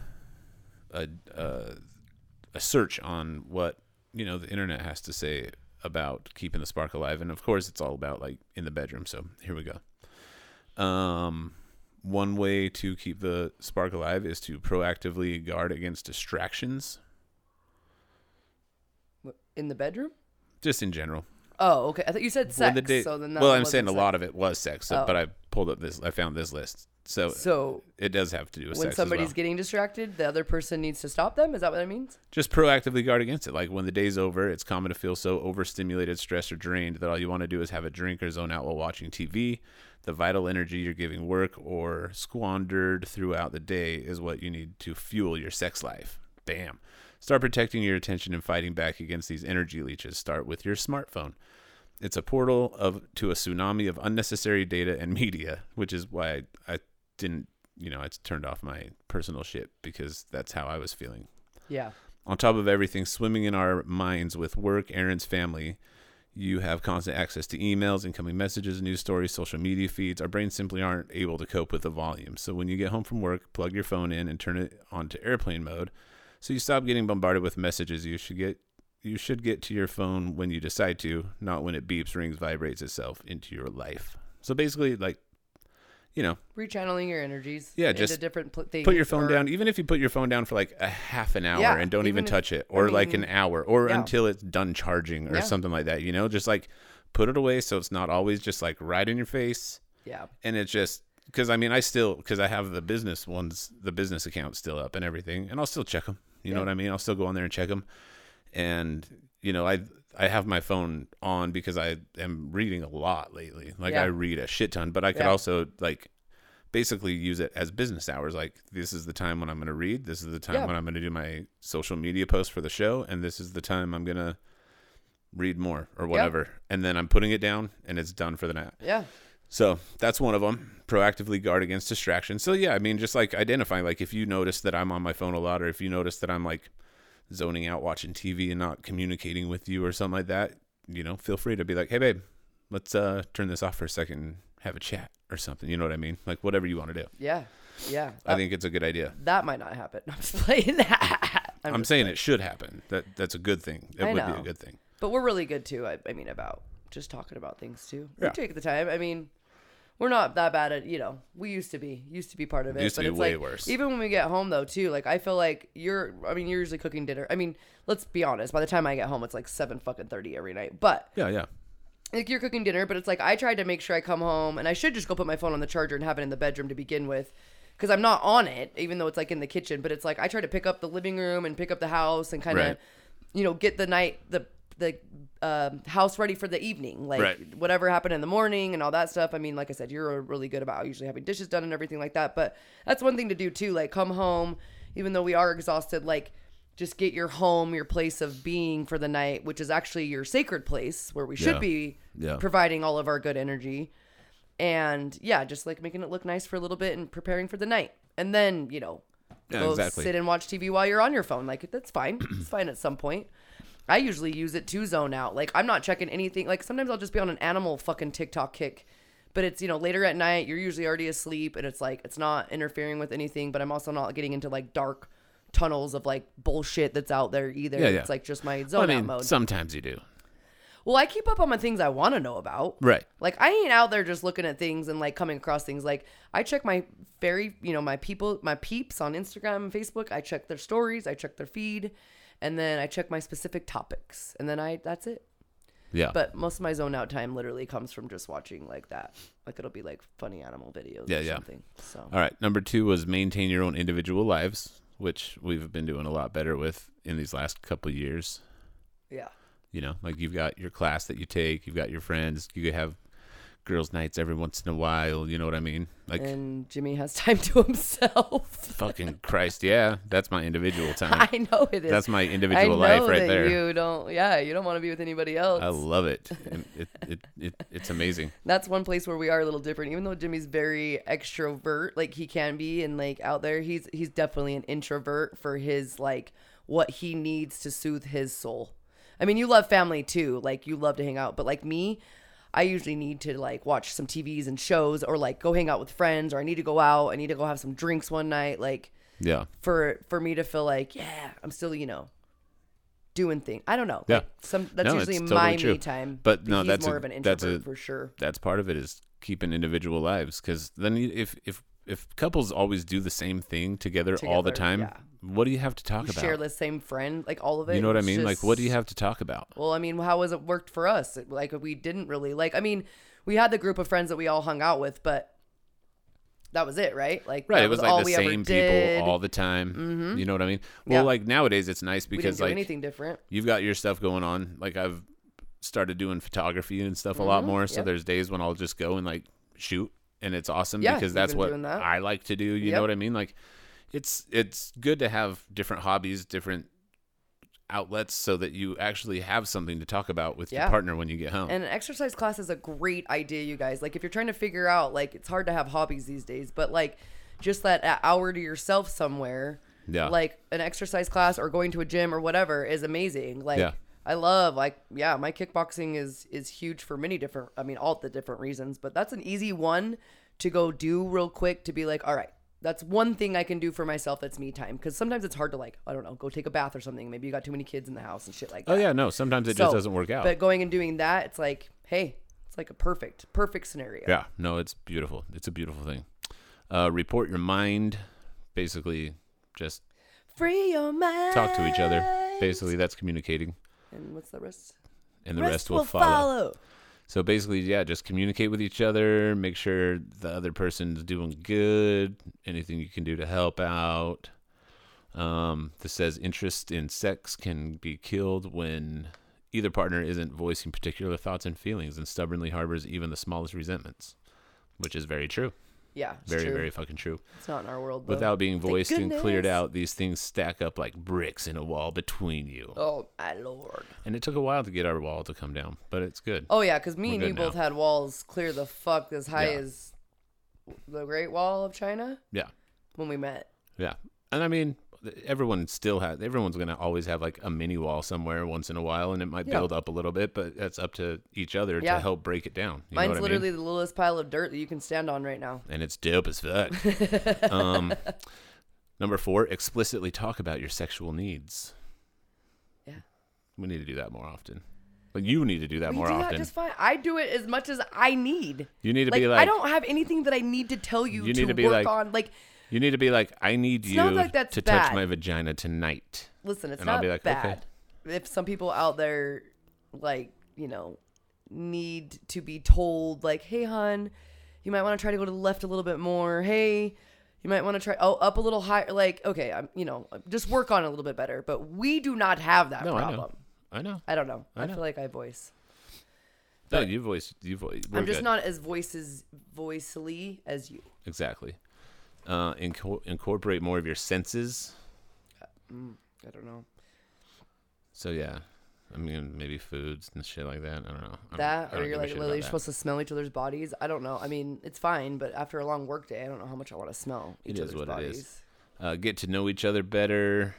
Speaker 2: a uh, a search on what you know the internet has to say about keeping the spark alive, and of course it's all about like in the bedroom. So here we go. Um, one way to keep the spark alive is to proactively guard against distractions,
Speaker 3: in the bedroom.
Speaker 2: just in general.
Speaker 3: Oh, okay. I thought you said
Speaker 2: Well,
Speaker 3: sex.
Speaker 2: the date-
Speaker 3: so then that
Speaker 2: well, I'm
Speaker 3: wasn't
Speaker 2: saying a
Speaker 3: sex.
Speaker 2: lot of it was sex, so,
Speaker 3: Oh.
Speaker 2: but I pulled up this, I found this list, so,
Speaker 3: So
Speaker 2: it does have to do with
Speaker 3: when
Speaker 2: sex
Speaker 3: somebody's
Speaker 2: as well.
Speaker 3: getting distracted, the other person needs to stop them. Is that what that means?
Speaker 2: Just proactively guard against it. Like when the day's over, it's common to feel so overstimulated, stressed, or drained that all you want to do is have a drink or zone out while watching TV. The vital energy you're giving work or squandered throughout the day is what you need to fuel your sex life. Bam. Start protecting your attention and fighting back against these energy leeches. Start with your smartphone. It's a portal of to a tsunami of unnecessary data and media, which is why I, I didn't, you know, I turned off my personal shit because that's how I was feeling.
Speaker 3: Yeah.
Speaker 2: On top of everything, swimming in our minds with work, errands, family, you have constant access to emails, incoming messages, news stories, social media feeds. Our brains simply aren't able to cope with the volume. So when you get home from work, plug your phone in and turn it onto airplane mode, so you stop getting bombarded with messages. You should get you should get to your phone when you decide to, not when it beeps, rings, vibrates itself into your life. So basically, like, you know,
Speaker 3: Rechanneling your energies.
Speaker 2: Yeah,
Speaker 3: into
Speaker 2: just
Speaker 3: different pl- things.
Speaker 2: put your phone
Speaker 3: or-
Speaker 2: down even if you put your phone down for like a half an hour
Speaker 3: Yeah,
Speaker 2: and don't even,
Speaker 3: even if-
Speaker 2: touch it
Speaker 3: I
Speaker 2: or like an
Speaker 3: mean,
Speaker 2: hour or
Speaker 3: yeah.
Speaker 2: until it's done charging or
Speaker 3: Yeah.
Speaker 2: something like that you know just like put it away so it's not always just like right in your face
Speaker 3: Yeah.
Speaker 2: and it's just because i mean i still because i have the business ones the business account still up and everything and i'll still check them you know
Speaker 3: Yeah.
Speaker 2: what i mean i'll still go on there and check them and you know i i have my phone on because i am reading a lot lately like
Speaker 3: Yeah.
Speaker 2: i read a shit ton but i could
Speaker 3: Yeah.
Speaker 2: also like basically use it as business hours like this is the time when i'm going to read this is the time
Speaker 3: Yeah.
Speaker 2: when i'm going to do my social media post for the show and this is the time i'm going to read more or whatever and then i'm putting it down and it's done for the night
Speaker 3: Yeah.
Speaker 2: so that's one of them. Proactively guard against distraction. So yeah, I mean, just like identifying, like if you notice that I'm on my phone a lot, or if you notice that I'm like zoning out, watching TV and not communicating with you, or something like that, you know, feel free to be like, hey babe, let's uh turn this off for a second, and have a chat or something. You know what I mean? Like whatever you want to do.
Speaker 3: Yeah. Yeah.
Speaker 2: I
Speaker 3: That,
Speaker 2: think it's a good idea.
Speaker 3: that might not happen. I'm just playing that. I'm
Speaker 2: I'm
Speaker 3: just-
Speaker 2: saying it should happen. That that's a good thing. It
Speaker 3: I
Speaker 2: would be
Speaker 3: know.
Speaker 2: a good thing.
Speaker 3: but we're really good too. I, I mean, about just talking about things too.
Speaker 2: Yeah.
Speaker 3: We take the time. I mean, we're not that bad at you know. We used to be used to be part of it.
Speaker 2: Used to
Speaker 3: but
Speaker 2: be
Speaker 3: it's
Speaker 2: way
Speaker 3: like,
Speaker 2: worse.
Speaker 3: Even when we get home though too, like I feel like you're. I mean, you're usually cooking dinner. I mean, let's be honest. By the time I get home, it's like seven fucking thirty every night. But
Speaker 2: Yeah, yeah.
Speaker 3: like you're cooking dinner, but it's like I tried to make sure I come home, and I should just go put my phone on the charger and have it in the bedroom to begin with, because I'm not on it, even though it's like in the kitchen. But it's like I try to pick up the living room and pick up the house and kind of,
Speaker 2: Right.
Speaker 3: you know, get the night the the um house ready for the evening, like
Speaker 2: Right.
Speaker 3: whatever happened in the morning and all that stuff. I mean, like I said, you're really good about usually having dishes done and everything like that. But that's one thing to do too. Like come home, even though we are exhausted, like just get your home, your place of being for the night, which is actually your sacred place where we should
Speaker 2: Yeah.
Speaker 3: be
Speaker 2: Yeah.
Speaker 3: providing all of our good energy. And yeah, just like making it look nice for a little bit and preparing for the night. And then, you know,
Speaker 2: Yeah,
Speaker 3: go
Speaker 2: exactly.
Speaker 3: sit and watch TV while you're on your phone. Like that's fine. it's fine at some point. I usually use it to zone out. Like I'm not checking anything. Like sometimes I'll just be on an animal fucking TikTok kick. But it's, you know, later at night, you're usually already asleep and it's like it's not interfering with anything, but I'm also not getting into like dark tunnels of like bullshit that's out there either.
Speaker 2: Yeah, yeah.
Speaker 3: It's like just my zone
Speaker 2: I
Speaker 3: out
Speaker 2: mean,
Speaker 3: mode.
Speaker 2: sometimes you do.
Speaker 3: well, I keep up on my things I want to know about.
Speaker 2: Right.
Speaker 3: Like I ain't out there just looking at things and like coming across things. Like I check my very, you know, my people, my peeps on Instagram and Facebook. I check their stories, I check their feed, and then I check my specific topics, and then I that's it.
Speaker 2: Yeah.
Speaker 3: But most of my zone out time literally comes from just watching like that. Like it'll be like funny animal videos
Speaker 2: Yeah,
Speaker 3: or
Speaker 2: yeah.
Speaker 3: something. So
Speaker 2: All right. Number two was maintain your own individual lives, which we've been doing a lot better with in these last couple years.
Speaker 3: yeah.
Speaker 2: You know, like you've got your class that you take, you've got your friends, you could have girls' nights every once in a while. You know what I mean? Like,
Speaker 3: And Jimmy has time to himself.
Speaker 2: fucking Christ. Yeah. That's my individual time.
Speaker 3: I know it is.
Speaker 2: That's my
Speaker 3: I
Speaker 2: individual
Speaker 3: know
Speaker 2: life right
Speaker 3: that
Speaker 2: there.
Speaker 3: you don't. Yeah, you don't want to be with anybody else.
Speaker 2: I love it. And It, it, it, it's amazing.
Speaker 3: that's one place where we are a little different. Even though Jimmy's very extrovert, like he can be, and like out there, he's he's definitely an introvert for his like what he needs to soothe his soul. I mean, you love family too, like you love to hang out, but like me, I usually need to like watch some TVs and shows or like go hang out with friends or I need to go out. I need to go have some drinks one night. Like
Speaker 2: Yeah.
Speaker 3: for for me to feel like yeah, I'm still you know doing things. I don't know.
Speaker 2: Yeah.
Speaker 3: Like, some that's
Speaker 2: No,
Speaker 3: usually
Speaker 2: it's
Speaker 3: my
Speaker 2: totally true.
Speaker 3: me time.
Speaker 2: But no,
Speaker 3: he's
Speaker 2: that's a-
Speaker 3: more of an introvert
Speaker 2: that's a-
Speaker 3: for sure.
Speaker 2: That's part of it is keeping individual lives because then you- if if if couples always do the same thing together, all the
Speaker 3: Together,
Speaker 2: time,
Speaker 3: yeah.
Speaker 2: what do you have to talk
Speaker 3: You
Speaker 2: about?
Speaker 3: share the same friend, like all of it.
Speaker 2: you know what I
Speaker 3: it's
Speaker 2: mean? Like,
Speaker 3: just-
Speaker 2: what do you have to talk about?
Speaker 3: Well, I mean, how has it worked for us? It- Like, we didn't really like. I mean, we had the group of friends that we all hung out with, but that was it, right? Like,
Speaker 2: Right,
Speaker 3: that
Speaker 2: it was,
Speaker 3: all
Speaker 2: like the
Speaker 3: we ever
Speaker 2: same
Speaker 3: did. Mm-hmm.
Speaker 2: people all the time. You know what I mean? Well,
Speaker 3: Yeah.
Speaker 2: like nowadays, it's nice
Speaker 3: we didn't
Speaker 2: because
Speaker 3: do
Speaker 2: like
Speaker 3: anything different.
Speaker 2: you've got your stuff going on. Like I've started doing photography and stuff a lot more. So
Speaker 3: Mm-hmm. yep.
Speaker 2: there's days when I'll just go and like shoot, and it's awesome
Speaker 3: Yeah,
Speaker 2: because
Speaker 3: we've
Speaker 2: that's
Speaker 3: been
Speaker 2: what
Speaker 3: doing that.
Speaker 2: I like to do. You know
Speaker 3: Yep.
Speaker 2: what I mean? Like it's it's good to have different hobbies, different outlets, so that you actually have something to talk about with your
Speaker 3: Yeah.
Speaker 2: partner when you get home.
Speaker 3: And an exercise class is a great idea, you guys. Like, if you're trying to figure out, like, it's hard to have hobbies these days, but like, just that a- hour to yourself somewhere,
Speaker 2: Yeah.
Speaker 3: like an exercise class or going to a gym or whatever is amazing. Like,
Speaker 2: Yeah.
Speaker 3: I love, like, yeah, my kickboxing is is huge for many different, I mean, all the different reasons, but that's an easy one to go do real quick to be like, all right. That's one thing I can do for myself. That's me time. Because sometimes it's hard to like, I don't know, go take a bath or something. Maybe you got too many kids in the house and shit like that.
Speaker 2: oh yeah, no. Sometimes it just doesn't work out.
Speaker 3: But going and doing that, it's like, hey, it's like a perfect, perfect scenario.
Speaker 2: Yeah, no, it's beautiful. It's a beautiful thing. Uh, report your mind, basically, just
Speaker 3: Free your mind.
Speaker 2: talk to each other. Basically, that's communicating,
Speaker 3: And what's the rest?
Speaker 2: and the rest, will, follow. So basically, yeah, just communicate with each other, make sure the other person's doing good, anything you can do to help out. Um, this says interest in sex can be killed when either partner isn't voicing particular thoughts and feelings and stubbornly harbors even the smallest resentments, which is very true.
Speaker 3: Yeah, it's
Speaker 2: Very,
Speaker 3: true.
Speaker 2: very fucking true.
Speaker 3: It's not in our world. Though.
Speaker 2: Without being voiced and cleared
Speaker 3: goodness.
Speaker 2: out, these things stack up like bricks in a wall between you.
Speaker 3: Oh my lord.
Speaker 2: And it took a while to get our wall to come down, but it's good.
Speaker 3: Oh yeah, because me and
Speaker 2: good
Speaker 3: you both
Speaker 2: now.
Speaker 3: had walls clear the fuck as high
Speaker 2: Yeah.
Speaker 3: as the Great Wall of China
Speaker 2: Yeah.
Speaker 3: when we met.
Speaker 2: Yeah. And I mean, everyone still has, everyone's going to always have like a mini wall somewhere once in a while, and it might
Speaker 3: Yeah.
Speaker 2: build up a little bit, but that's up to each other
Speaker 3: Yeah.
Speaker 2: to help break it down. You know
Speaker 3: Mine's
Speaker 2: what I mean?
Speaker 3: literally the littlest pile of dirt that you can stand on right now.
Speaker 2: and it's dope as fuck. um, number four, explicitly talk about your sexual needs.
Speaker 3: Yeah.
Speaker 2: We need to do that more often. But you need to do that
Speaker 3: We
Speaker 2: more
Speaker 3: do
Speaker 2: often.
Speaker 3: that just fine. I do it as much as I need.
Speaker 2: You need to
Speaker 3: like,
Speaker 2: be like
Speaker 3: I don't have anything that I need to tell you,
Speaker 2: You
Speaker 3: to
Speaker 2: need to be
Speaker 3: work
Speaker 2: like-
Speaker 3: on. Like,
Speaker 2: you need to be like I need you
Speaker 3: not like that's
Speaker 2: to touch
Speaker 3: bad.
Speaker 2: my vagina tonight.
Speaker 3: listen, it's
Speaker 2: And I'll
Speaker 3: not
Speaker 2: be like, okay.
Speaker 3: bad. If some people out there, like, you know, need to be told, like, hey, hon, you might want to try to go to the left a little bit more. Hey, you might want to try, oh, up a little higher. Like, okay, I'm, you know, just work on it a little bit better. But we do not have that
Speaker 2: No,
Speaker 3: problem.
Speaker 2: I know. I know.
Speaker 3: I, don't know. I,
Speaker 2: know.
Speaker 3: feel like I voice.
Speaker 2: No, you voice you voice. we're
Speaker 3: I'm just
Speaker 2: good.
Speaker 3: not as voices voicely as you.
Speaker 2: exactly. Uh, inco- incorporate more of your senses.
Speaker 3: I don't know.
Speaker 2: So yeah, I mean maybe foods and shit like that. I don't know. I don't-
Speaker 3: that
Speaker 2: I
Speaker 3: or
Speaker 2: don't
Speaker 3: you're
Speaker 2: give a
Speaker 3: like
Speaker 2: shit about
Speaker 3: literally you're
Speaker 2: that.
Speaker 3: supposed to smell each other's bodies i don't know i mean it's fine but after a long work day i don't know how much i want to smell
Speaker 2: It
Speaker 3: each
Speaker 2: is
Speaker 3: other's
Speaker 2: what it is.
Speaker 3: bodies
Speaker 2: uh, get to know each other better.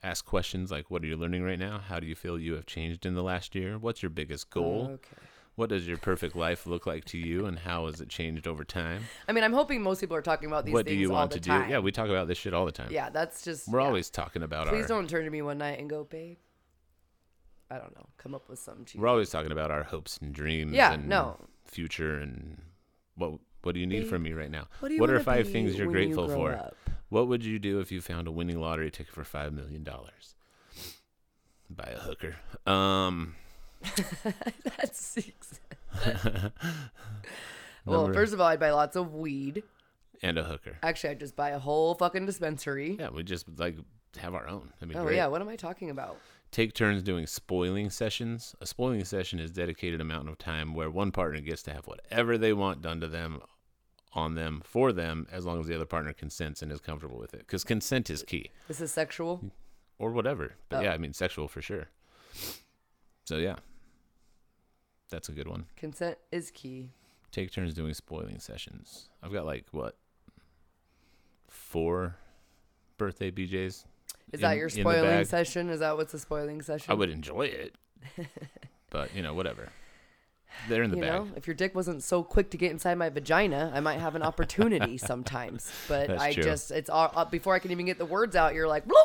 Speaker 2: Ask questions like, "What are you learning right now? How do you feel you have changed in the last year? What's your biggest goal?
Speaker 3: okay
Speaker 2: What does your perfect life look like to you, and how has it changed over time?
Speaker 3: i mean i'm hoping most people are talking about these
Speaker 2: what do
Speaker 3: things
Speaker 2: you
Speaker 3: all
Speaker 2: want
Speaker 3: the
Speaker 2: to do?
Speaker 3: time
Speaker 2: Yeah, we talk about this shit all the time.
Speaker 3: yeah that's just
Speaker 2: we're
Speaker 3: yeah.
Speaker 2: always talking about
Speaker 3: please
Speaker 2: our.
Speaker 3: don't turn to me one night and go babe i don't know come up with some cheap
Speaker 2: We're always talking about our hopes and dreams.
Speaker 3: Yeah,
Speaker 2: and
Speaker 3: no.
Speaker 2: Future and what what do you need from me right now?
Speaker 3: what do you
Speaker 2: are
Speaker 3: wanna
Speaker 2: five
Speaker 3: be
Speaker 2: things you're
Speaker 3: when you
Speaker 2: grateful
Speaker 3: grow
Speaker 2: for?
Speaker 3: up?
Speaker 2: What would you do if you found a winning lottery ticket for five million dollars? By a hooker. Um.
Speaker 3: that's six well first of all i'd buy lots of weed
Speaker 2: and a hooker.
Speaker 3: actually i'd just buy a whole fucking dispensary
Speaker 2: Yeah, we just like have our own. I mean,
Speaker 3: oh
Speaker 2: great.
Speaker 3: yeah what am i talking about
Speaker 2: Take turns doing spoiling sessions. A spoiling session is dedicated amount of time where one partner gets to have whatever they want done to them, on them, for them, as long as the other partner consents and is comfortable with it. Because consent is key,
Speaker 3: this is sexual
Speaker 2: Mm. or whatever. But
Speaker 3: Oh.
Speaker 2: yeah, I mean, sexual for sure. So yeah, that's a good one.
Speaker 3: consent is key
Speaker 2: Take turns doing spoiling sessions. I've got like what four birthday BJ's. in-
Speaker 3: Is that your
Speaker 2: in the
Speaker 3: spoiling
Speaker 2: bag.
Speaker 3: session? Is that what's a spoiling session?
Speaker 2: I would enjoy it, but you know, whatever. They're in the
Speaker 3: You
Speaker 2: bag.
Speaker 3: know, if your dick wasn't so quick to get inside my vagina, I might have an opportunity sometimes. But
Speaker 2: That's
Speaker 3: I
Speaker 2: true.
Speaker 3: just, it's all, uh, before I can even get the words out, you're like, bloop.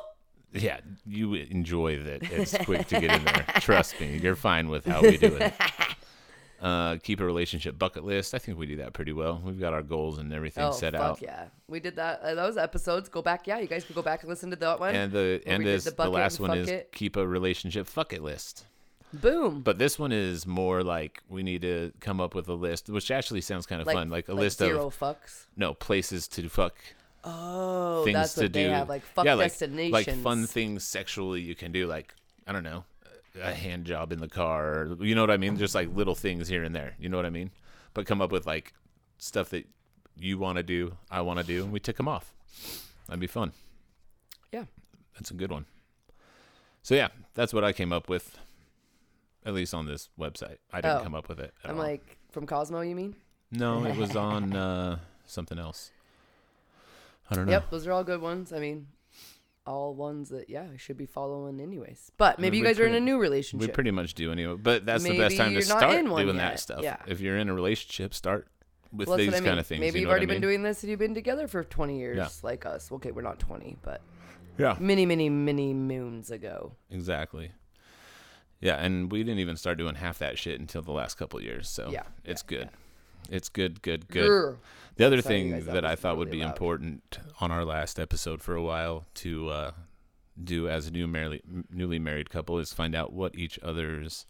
Speaker 2: Yeah, you enjoy that it's quick to get in there. Trust me, you're fine with how we do it. Uh, keep a relationship bucket list. I think we do that pretty well. We've got our goals and everything
Speaker 3: Oh,
Speaker 2: set
Speaker 3: fuck
Speaker 2: out.
Speaker 3: yeah. We did that. Uh, those episodes, go back. Yeah, you guys can go back and listen to that one.
Speaker 2: And the
Speaker 3: where
Speaker 2: and
Speaker 3: we did
Speaker 2: this, the
Speaker 3: bucket
Speaker 2: last
Speaker 3: and
Speaker 2: one
Speaker 3: fuck
Speaker 2: is
Speaker 3: it.
Speaker 2: keep a relationship bucket list.
Speaker 3: boom.
Speaker 2: But this one is more like we need to come up with a list, which actually sounds kind of fun, like a list
Speaker 3: zero
Speaker 2: of
Speaker 3: fucks.
Speaker 2: no places to fuck,
Speaker 3: Oh,
Speaker 2: things
Speaker 3: that's
Speaker 2: to
Speaker 3: what they
Speaker 2: do,
Speaker 3: have. Like fuck
Speaker 2: yeah,
Speaker 3: destinations.
Speaker 2: like like fun things sexually you can do, like I don't know, a hand job in the car, or- you know what I mean? Just like little things here and there, you know what I mean? But come up with like stuff that you want to do, I want to do, and we tick them off. That'd be fun.
Speaker 3: Yeah.
Speaker 2: That's a good one. So yeah, that's what I came up with, at least on this website. I didn't
Speaker 3: Oh.
Speaker 2: come up with it. At
Speaker 3: I'm
Speaker 2: all.
Speaker 3: like from Cosmo, you mean?
Speaker 2: No, it was on uh, something else. I don't know.
Speaker 3: Yep, those are all good ones. I mean, all ones that yeah, I should be following anyways. But maybe you
Speaker 2: we
Speaker 3: guys are in a
Speaker 2: pretty-
Speaker 3: new relationship.
Speaker 2: We pretty much do anyway, but that's the
Speaker 3: Maybe
Speaker 2: best time to
Speaker 3: you're not
Speaker 2: start
Speaker 3: in one
Speaker 2: doing
Speaker 3: yet.
Speaker 2: that stuff.
Speaker 3: Yeah.
Speaker 2: If you're in a relationship, start with
Speaker 3: Well, that's
Speaker 2: these
Speaker 3: what I mean.
Speaker 2: kind of things.
Speaker 3: Maybe
Speaker 2: you
Speaker 3: you've
Speaker 2: know what
Speaker 3: already
Speaker 2: I mean?
Speaker 3: been doing this and you've been together for 20 years,
Speaker 2: Yeah.
Speaker 3: like us. Okay, we're not 20, but
Speaker 2: Yeah,
Speaker 3: many, many, many moons ago.
Speaker 2: exactly. Yeah, and we didn't even start doing half that shit until the last couple of years. So
Speaker 3: Yeah,
Speaker 2: it's good. It's good, good, good.
Speaker 3: Grr.
Speaker 2: The other
Speaker 3: Sorry, you
Speaker 2: thing
Speaker 3: guys, that
Speaker 2: that I
Speaker 3: was
Speaker 2: thought would
Speaker 3: really
Speaker 2: be
Speaker 3: loud.
Speaker 2: important on our last episode for a while to uh, do as a new married, newly married couple is find out what each other's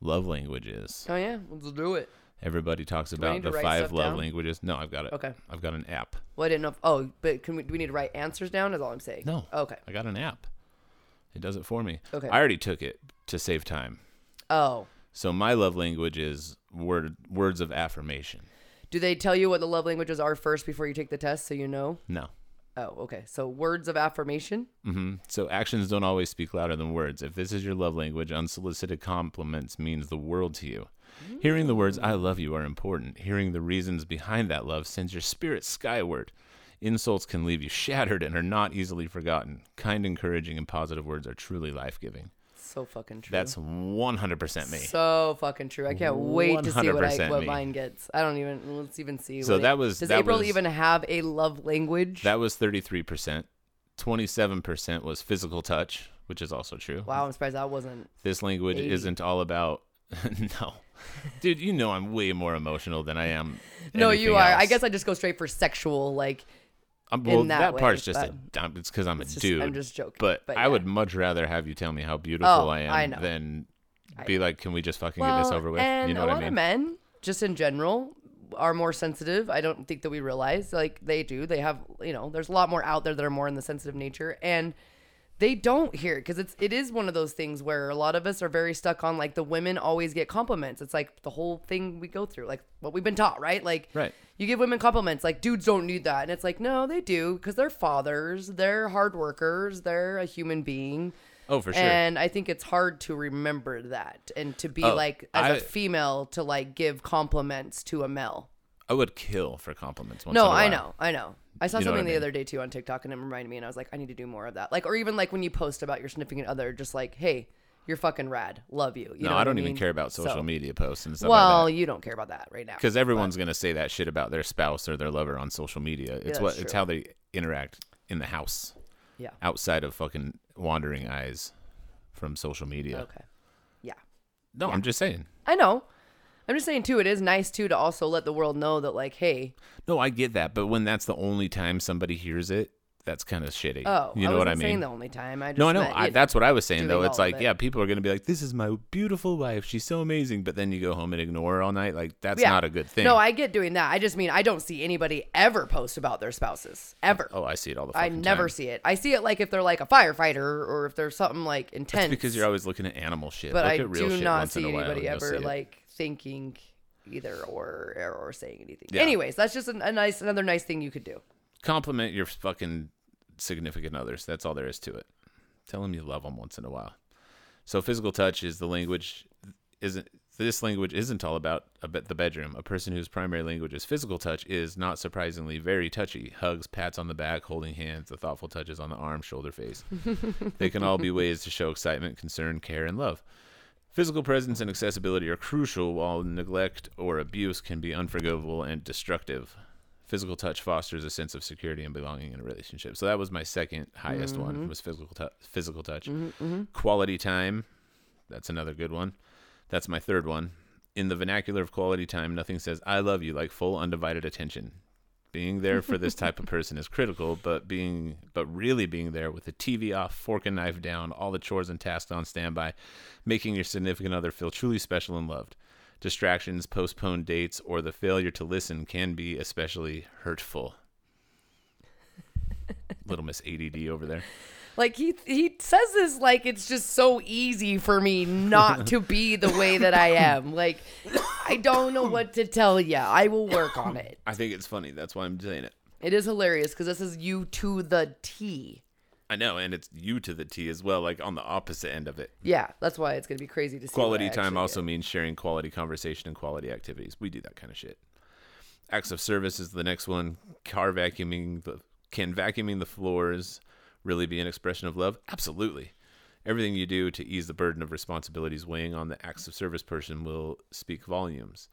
Speaker 2: love language is.
Speaker 3: Oh yeah, let's do it.
Speaker 2: Everybody talks
Speaker 3: I
Speaker 2: about
Speaker 3: need to
Speaker 2: the
Speaker 3: write
Speaker 2: five
Speaker 3: stuff
Speaker 2: love
Speaker 3: down?
Speaker 2: languages. No, I've got it.
Speaker 3: Okay.
Speaker 2: I've got an app.
Speaker 3: Well, I didn't know. If, oh, but can we, do we need to write answers down? Is all I'm saying.
Speaker 2: No.
Speaker 3: Okay.
Speaker 2: I got an app. It does it for me.
Speaker 3: Okay.
Speaker 2: I already took it to save time.
Speaker 3: Oh,
Speaker 2: So my love language is word words of affirmation.
Speaker 3: do they tell you what the love languages are first before you take the test, so you know?
Speaker 2: No.
Speaker 3: Oh, okay. So words of affirmation.
Speaker 2: hmm So actions don't always speak louder than words. If this is your love language, unsolicited compliments means the world to you. Hearing the words "I love you" are important. Hearing the reasons behind that love sends your spirit skyward. Insults can leave you shattered and are not easily forgotten. Kind, encouraging, and positive words are truly life-giving.
Speaker 3: So fucking true.
Speaker 2: That's 100% me.
Speaker 3: so fucking true. I can't wait to see what, I,
Speaker 2: 100%
Speaker 3: what
Speaker 2: me.
Speaker 3: mine gets. I don't even. Let's even see.
Speaker 2: So
Speaker 3: what it-
Speaker 2: that was-
Speaker 3: Does
Speaker 2: that
Speaker 3: April
Speaker 2: was-
Speaker 3: even have a love language?
Speaker 2: That was 33%. 27% was physical touch, which is also true.
Speaker 3: wow, I'm surprised that wasn't.
Speaker 2: This language
Speaker 3: Eighty.
Speaker 2: isn't all about. no. Dude, you know I'm way more emotional than I am.
Speaker 3: No, you
Speaker 2: anything
Speaker 3: are. I
Speaker 2: else.
Speaker 3: guess I just go straight for sexual. Like,
Speaker 2: I'm, well,
Speaker 3: in that
Speaker 2: that, part's
Speaker 3: way,
Speaker 2: just a
Speaker 3: but-
Speaker 2: dump. It's because I'm a
Speaker 3: just- I'm
Speaker 2: dude.
Speaker 3: just joking,
Speaker 2: But,
Speaker 3: but
Speaker 2: I
Speaker 3: yeah.
Speaker 2: would much rather have you tell me how beautiful
Speaker 3: Oh,
Speaker 2: I am
Speaker 3: I know.
Speaker 2: than be like, can we just fucking
Speaker 3: well,
Speaker 2: get this over with?
Speaker 3: and
Speaker 2: You know
Speaker 3: a
Speaker 2: what
Speaker 3: lot
Speaker 2: I
Speaker 3: of
Speaker 2: mean?
Speaker 3: men, just in general, are more sensitive. I don't think that we realize. Like, they do. They have. You know, there's a lot more out there that are more in the sensitive nature, and they don't hear because it's it is one of those things where a lot of us are very stuck on like the women always get compliments. It's like the whole thing we go through, like what we've been taught, right? Like
Speaker 2: Right.
Speaker 3: you give women compliments, like dudes don't need that, and it's like no, they do because they're fathers, they're hard workers, they're a human being.
Speaker 2: Oh, for sure.
Speaker 3: And I think it's hard to remember that and to be
Speaker 2: Oh,
Speaker 3: like as a
Speaker 2: I-
Speaker 3: female to like give compliments to a male.
Speaker 2: I would kill for compliments. Once
Speaker 3: No,
Speaker 2: in a
Speaker 3: I
Speaker 2: while.
Speaker 3: know, I know. I saw
Speaker 2: You know what I
Speaker 3: something the
Speaker 2: mean.
Speaker 3: other day too on TikTok, and it reminded me, and I was like, I need to do more of that. Like, or even like when you post about your significant other, just like, hey, you're fucking rad, love you. you
Speaker 2: No,
Speaker 3: know
Speaker 2: I
Speaker 3: what
Speaker 2: don't even
Speaker 3: mean?
Speaker 2: care about social
Speaker 3: So-
Speaker 2: media posts and stuff like that.
Speaker 3: Well, you don't care about that right now.
Speaker 2: because everyone's going to say that shit about their spouse or their lover on social media. It's
Speaker 3: that's
Speaker 2: what it's
Speaker 3: true.
Speaker 2: how they interact in the house
Speaker 3: yeah,
Speaker 2: outside of fucking wandering eyes from social media.
Speaker 3: okay, yeah.
Speaker 2: No, I'm just saying.
Speaker 3: I know. I'm just saying too. It is nice too to also let the world know that like, hey,
Speaker 2: No, I get that, but when that's the only time somebody hears it, that's kind of shitty.
Speaker 3: oh,
Speaker 2: you
Speaker 3: I
Speaker 2: know
Speaker 3: wasn't
Speaker 2: what I
Speaker 3: saying
Speaker 2: mean?
Speaker 3: the only time. I just
Speaker 2: no, I know.
Speaker 3: meant,
Speaker 2: I,
Speaker 3: you
Speaker 2: that's what I was saying
Speaker 3: doing
Speaker 2: though.
Speaker 3: all
Speaker 2: It's
Speaker 3: of
Speaker 2: like,
Speaker 3: it.
Speaker 2: yeah, people are going to be like, "This is my beautiful wife. She's so amazing," but then you go home and ignore her all night. Like that's
Speaker 3: Yeah.
Speaker 2: not a good thing.
Speaker 3: No, I get doing that. I just mean I don't see anybody ever post about their spouses ever.
Speaker 2: oh, I see it all the.
Speaker 3: I
Speaker 2: fucking
Speaker 3: never
Speaker 2: time.
Speaker 3: see it. I see it like if they're like a firefighter or if there's something like intense.
Speaker 2: It's because you're always looking at animal shit.
Speaker 3: but
Speaker 2: Look
Speaker 3: I
Speaker 2: at real
Speaker 3: do
Speaker 2: shit
Speaker 3: not
Speaker 2: once
Speaker 3: see
Speaker 2: in a while
Speaker 3: anybody
Speaker 2: and you'll
Speaker 3: ever
Speaker 2: see it.
Speaker 3: like thinking either or or, or saying anything.
Speaker 2: Yeah.
Speaker 3: Anyways, that's just an, a nice another nice thing you could do.
Speaker 2: compliment your fucking significant others. That's all there is to it. Tell them you love them once in a while. So physical touch is the language isn't this language isn't all about a bit the bedroom. A person whose primary language is physical touch is not surprisingly very touchy. Hugs, pats on the back, holding hands, the thoughtful touches on the arm, shoulder, face. they can all be ways to show excitement, concern, care, and love. Physical presence and accessibility are crucial, while neglect or abuse can be unforgivable and destructive. Physical touch fosters a sense of security and belonging in a relationship. So that was my second highest one was physical tou physical touch. Quality time, that's another good one. That's my third one. In the vernacular of quality time, nothing says "I love you" like full undivided attention. Being there for this type of person is critical, but being but really being there with the TV off, fork and knife down, all the chores and tasks on standby, making your significant other feel truly special and loved. Distractions, postponed dates, or the failure to listen can be especially hurtful. Little Miss ADD over there.
Speaker 3: Like he he says this like it's just so easy for me not to be the way that I am. Like I don't know what to tell you. I will work on it.
Speaker 2: I think it's funny. That's why I'm saying it.
Speaker 3: It is hilarious because this is you to the T.
Speaker 2: I know, and it's you to the T as well, like on the opposite end of it.
Speaker 3: Yeah, that's why it's gonna be crazy to see. what I
Speaker 2: Quality time
Speaker 3: actually
Speaker 2: also means sharing quality conversation and quality activities. We do that kind of shit. Acts of service is the next one. Car vacuuming the can vacuuming the floors really be an expression of love? Absolutely. Everything you do to ease the burden of responsibilities weighing on the acts of service person will speak volumes.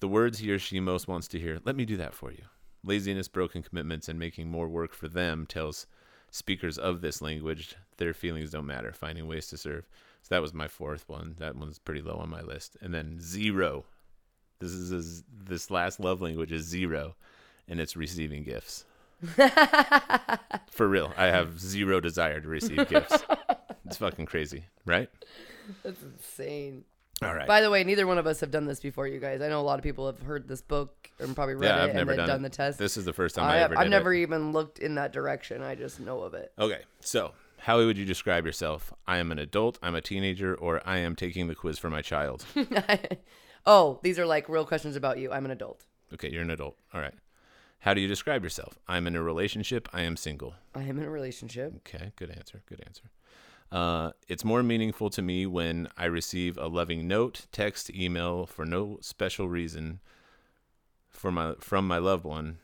Speaker 2: The words he or she most wants to hear, let me do that for you. Laziness, broken commitments, and making more work for them tells speakers of this language their feelings don't matter, finding ways to serve. So that was my fourth one. That one's pretty low on my list. And then zero. This is a z this last love language is zero, and it's receiving gifts. for real, I have zero desire to receive gifts. It's fucking crazy, right?
Speaker 3: That's insane.
Speaker 2: All right.
Speaker 3: By the way, neither one of us have done this before, you guys. I know a lot of people have heard this book and probably read
Speaker 2: yeah,
Speaker 3: it
Speaker 2: I've
Speaker 3: and
Speaker 2: never
Speaker 3: then
Speaker 2: done,
Speaker 3: done,
Speaker 2: it.
Speaker 3: the test.
Speaker 2: This is the first time
Speaker 3: I
Speaker 2: I,
Speaker 3: have,
Speaker 2: ever did
Speaker 3: I've
Speaker 2: it.
Speaker 3: never even looked in that direction. I just know of it.
Speaker 2: Okay, so how would you describe yourself? I am an adult, I'm a teenager, or I am taking the quiz for my child.
Speaker 3: oh, these are like real questions about you. I'm an adult.
Speaker 2: okay, you're an adult. All right. How do you describe yourself? I'm in a relationship, I am single.
Speaker 3: I am in a relationship.
Speaker 2: Okay, good answer. Good answer. Uh, it's more meaningful to me when I receive a loving note, text, email for no special reason for my from my loved one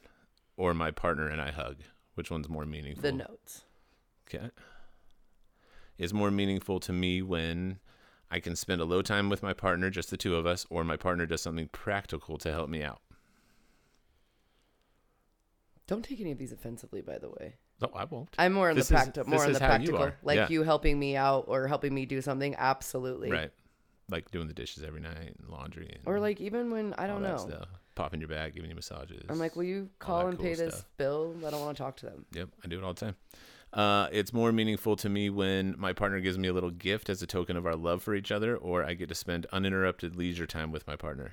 Speaker 2: or my partner and I hug. Which one's more meaningful?
Speaker 3: The notes.
Speaker 2: Okay. Is more meaningful to me when I can spend a low time with my partner, just the two of us, or my partner does something practical to help me out.
Speaker 3: Don't take any of these offensively, by the way.
Speaker 2: No, I won't.
Speaker 3: I'm more on
Speaker 2: This
Speaker 3: the
Speaker 2: is-
Speaker 3: practical, more
Speaker 2: this
Speaker 3: on
Speaker 2: is
Speaker 3: the
Speaker 2: how you
Speaker 3: practical,
Speaker 2: are.
Speaker 3: like
Speaker 2: Yeah.
Speaker 3: you helping me out or helping me do something. Absolutely,
Speaker 2: right. Like doing the dishes every night and laundry and
Speaker 3: Or like even when I
Speaker 2: all
Speaker 3: don't
Speaker 2: that
Speaker 3: know,
Speaker 2: stuff. Popping your back, giving you massages.
Speaker 3: I'm like, will you call
Speaker 2: that
Speaker 3: and
Speaker 2: cool
Speaker 3: pay this
Speaker 2: stuff.
Speaker 3: bill? I don't want to talk to them.
Speaker 2: Yep, I do it all the time. Uh, it's more meaningful to me when my partner gives me a little gift as a token of our love for each other, or I get to spend uninterrupted leisure time with my partner.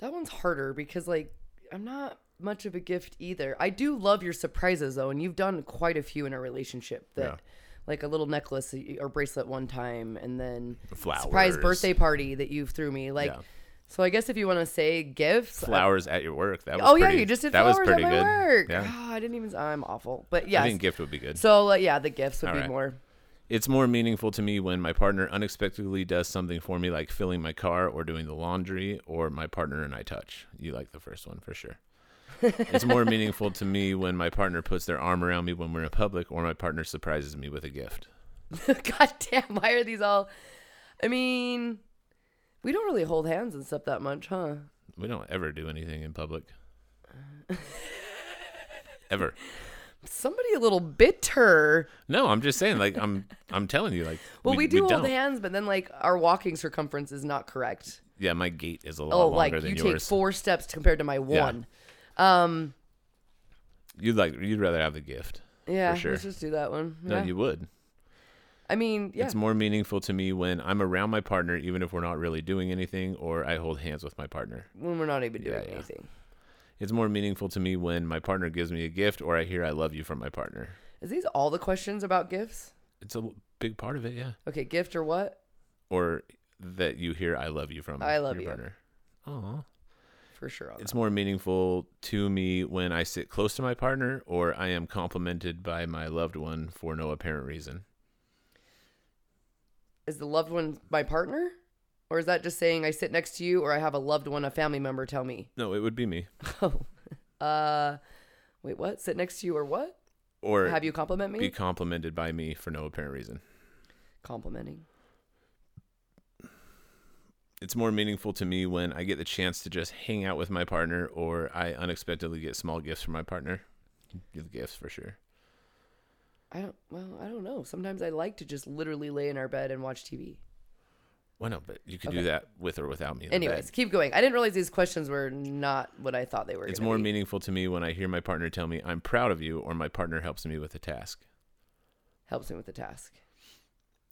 Speaker 3: That one's harder because like I'm not much of a gift either. I do love your surprises though, and you've done quite a few in a relationship that
Speaker 2: Yeah.
Speaker 3: like a little necklace that you- or bracelet one time and then surprise
Speaker 2: Flowers.
Speaker 3: birthday party that you threw me. Like
Speaker 2: Yeah.
Speaker 3: so I guess if you want to say gifts I-
Speaker 2: Flowers at your work. That was
Speaker 3: Oh yeah,
Speaker 2: pretty-
Speaker 3: you just did
Speaker 2: that
Speaker 3: flowers
Speaker 2: was pretty
Speaker 3: at my
Speaker 2: good.
Speaker 3: work.
Speaker 2: Yeah,
Speaker 3: Oh, I didn't even I'm awful. But
Speaker 2: I
Speaker 3: yeah.
Speaker 2: think gift would be good.
Speaker 3: So like, yeah, the gifts would
Speaker 2: All
Speaker 3: be
Speaker 2: right.
Speaker 3: more
Speaker 2: It's more meaningful to me when my partner unexpectedly does something for me, like filling my car or doing the laundry, or my partner and I touch. You like the first one for sure. it's more meaningful to me when my partner puts their arm around me when we're in public, or my partner surprises me with a gift.
Speaker 3: God damn, why are these all I mean we don't really hold hands and stuff that much, huh?
Speaker 2: We don't ever do anything in public. ever.
Speaker 3: Somebody a little bitter.
Speaker 2: No, I'm just saying. Like I'm, I'm telling you. Like
Speaker 3: Well, we, do hold
Speaker 2: don't.
Speaker 3: hands, but then like our walking circumference is not correct.
Speaker 2: Yeah, my gait is a lot
Speaker 3: Oh,
Speaker 2: longer
Speaker 3: like
Speaker 2: than
Speaker 3: you take
Speaker 2: yours.
Speaker 3: four steps compared to my one.
Speaker 2: you'd like, you'd rather have the gift.
Speaker 3: Yeah,
Speaker 2: sure.
Speaker 3: let's just do that one.
Speaker 2: No,
Speaker 3: Yeah.
Speaker 2: you would.
Speaker 3: I mean, yeah,
Speaker 2: It's more meaningful to me when I'm around my partner, even if we're not really doing anything, or I hold hands with my partner.
Speaker 3: when we're not even doing
Speaker 2: yeah.
Speaker 3: anything.
Speaker 2: It's more meaningful to me when my partner gives me a gift, or I hear I love you from my partner.
Speaker 3: Is these all the questions about gifts?
Speaker 2: It's a l- big part of it, yeah.
Speaker 3: Okay, gift or what?
Speaker 2: Or that you hear I love you from
Speaker 3: Oh, I love
Speaker 2: your
Speaker 3: you.
Speaker 2: partner. Aw.
Speaker 3: For sure. on
Speaker 2: It's
Speaker 3: that.
Speaker 2: more meaningful to me when I sit close to my partner, or I am complimented by my loved one for no apparent reason.
Speaker 3: Is the loved one my partner? Or is that just saying I sit next to you or I have a loved one, a family member tell me?
Speaker 2: No, it would be me.
Speaker 3: Oh. Uh wait, what? Sit next to you or what?
Speaker 2: Or
Speaker 3: Have you compliment me?
Speaker 2: be complimented by me for no apparent reason.
Speaker 3: Complimenting.
Speaker 2: It's more meaningful to me when I get the chance to just hang out with my partner or I unexpectedly get small gifts from my partner. Give gifts for sure.
Speaker 3: I don't. Well, I don't know. Sometimes I like to just literally lay in our bed and watch TV.
Speaker 2: Well, no, but you could do that with or without me. in the bed.
Speaker 3: Anyways, keep going. I didn't realize these questions were not what I thought they were.
Speaker 2: It's
Speaker 3: gonna
Speaker 2: more
Speaker 3: be.
Speaker 2: meaningful to me when I hear my partner tell me I'm proud of you or my partner helps me with a task.
Speaker 3: helps me with the task.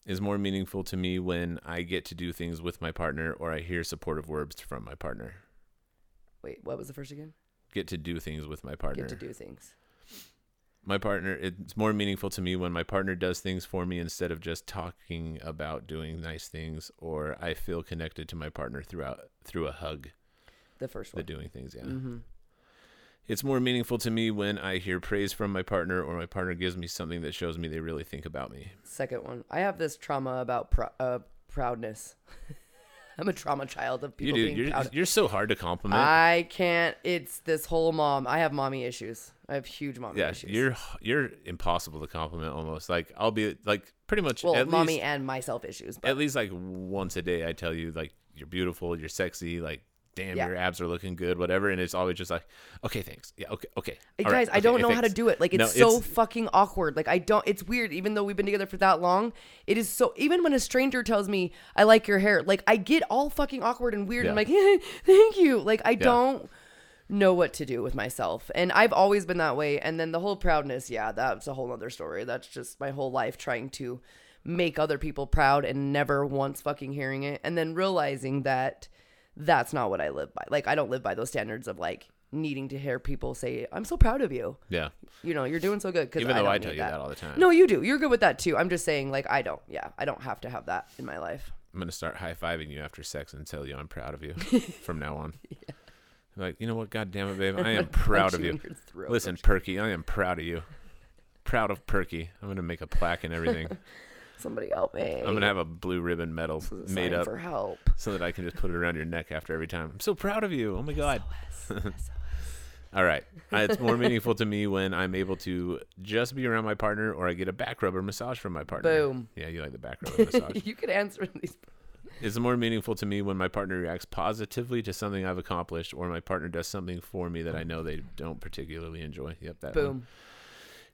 Speaker 2: It's more meaningful to me when I get to do things with my partner or I hear supportive words from my partner.
Speaker 3: Wait, what was the first again?
Speaker 2: Get to do things with my partner.
Speaker 3: Get to do things.
Speaker 2: My partner, it's more meaningful to me when my partner does things for me instead of just talking about doing nice things or I feel connected to my partner throughout through a hug.
Speaker 3: The first
Speaker 2: the
Speaker 3: one.
Speaker 2: doing things yeah
Speaker 3: Mm-hmm.
Speaker 2: it's more meaningful to me when i hear praise from my partner or my partner gives me something that shows me they really think about me
Speaker 3: Second one. I have this trauma about prou- uh, proudness. I'm a trauma child of
Speaker 2: you
Speaker 3: people
Speaker 2: dude
Speaker 3: being
Speaker 2: you're,
Speaker 3: proud.
Speaker 2: you're so hard to compliment
Speaker 3: I can't. It's this whole mom. I have mommy issues. I have huge mommy
Speaker 2: yeah
Speaker 3: issues.
Speaker 2: you're you're impossible to compliment almost like i'll be like pretty much
Speaker 3: well,
Speaker 2: at
Speaker 3: mommy
Speaker 2: least
Speaker 3: and myself issues. But
Speaker 2: at least like once a day i tell you like you're beautiful you're sexy like damn
Speaker 3: Yeah.
Speaker 2: your abs are looking good whatever and it's always just like okay thanks yeah okay okay
Speaker 3: Hey,
Speaker 2: all right,
Speaker 3: guys, I don't
Speaker 2: okay,
Speaker 3: know how to
Speaker 2: thanks."
Speaker 3: do it. Like it's
Speaker 2: No,
Speaker 3: so fucking awkward. Like I don't. It's weird. Even though we've been together for that long, it is so. Even when a stranger tells me I like your hair, like I get all fucking awkward and weird. I'm
Speaker 2: Yeah.
Speaker 3: like, thank you. Like I don't know what to do with myself, and I've always been that way. And then the whole proudness, yeah, that's a whole other story. That's just my whole life trying to make other people proud and never once fucking hearing it, and then realizing that that's not what I live by. Like I don't live by those standards of like needing to hear people say, "I'm so proud of you."
Speaker 2: yeah
Speaker 3: you know, you're doing so good. 'cause
Speaker 2: Even though
Speaker 3: don't
Speaker 2: I tell
Speaker 3: need
Speaker 2: you that all the time.
Speaker 3: No, you do. You're good with that too. I'm just saying, like, I don't. Yeah, I don't have to have that in my life.
Speaker 2: I'm gonna start high fiving you after sex and tell you I'm proud of you from now on. I'm Like, you know what? God damn it, babe, I am proud
Speaker 3: Punch
Speaker 2: of
Speaker 3: you
Speaker 2: you.
Speaker 3: in your throat,
Speaker 2: Listen, Perky, I am proud of you. Proud of Perky. I'm gonna make a plaque and everything.
Speaker 3: Somebody help me.
Speaker 2: I'm gonna have a blue ribbon medal
Speaker 3: Sign
Speaker 2: made up
Speaker 3: for help.
Speaker 2: so that I can just put it around your neck after every time. I'm so proud of you. Oh my god. All right. Uh, It's more meaningful to me when I'm able to just be around my partner or I get a back rub or massage from my partner.
Speaker 3: Boom.
Speaker 2: Yeah, you like the back rub or massage.
Speaker 3: you could answer these.
Speaker 2: It's more meaningful to me when my partner reacts positively to something I've accomplished or my partner does something for me that I know they don't particularly enjoy. Yep, that one.
Speaker 3: Boom.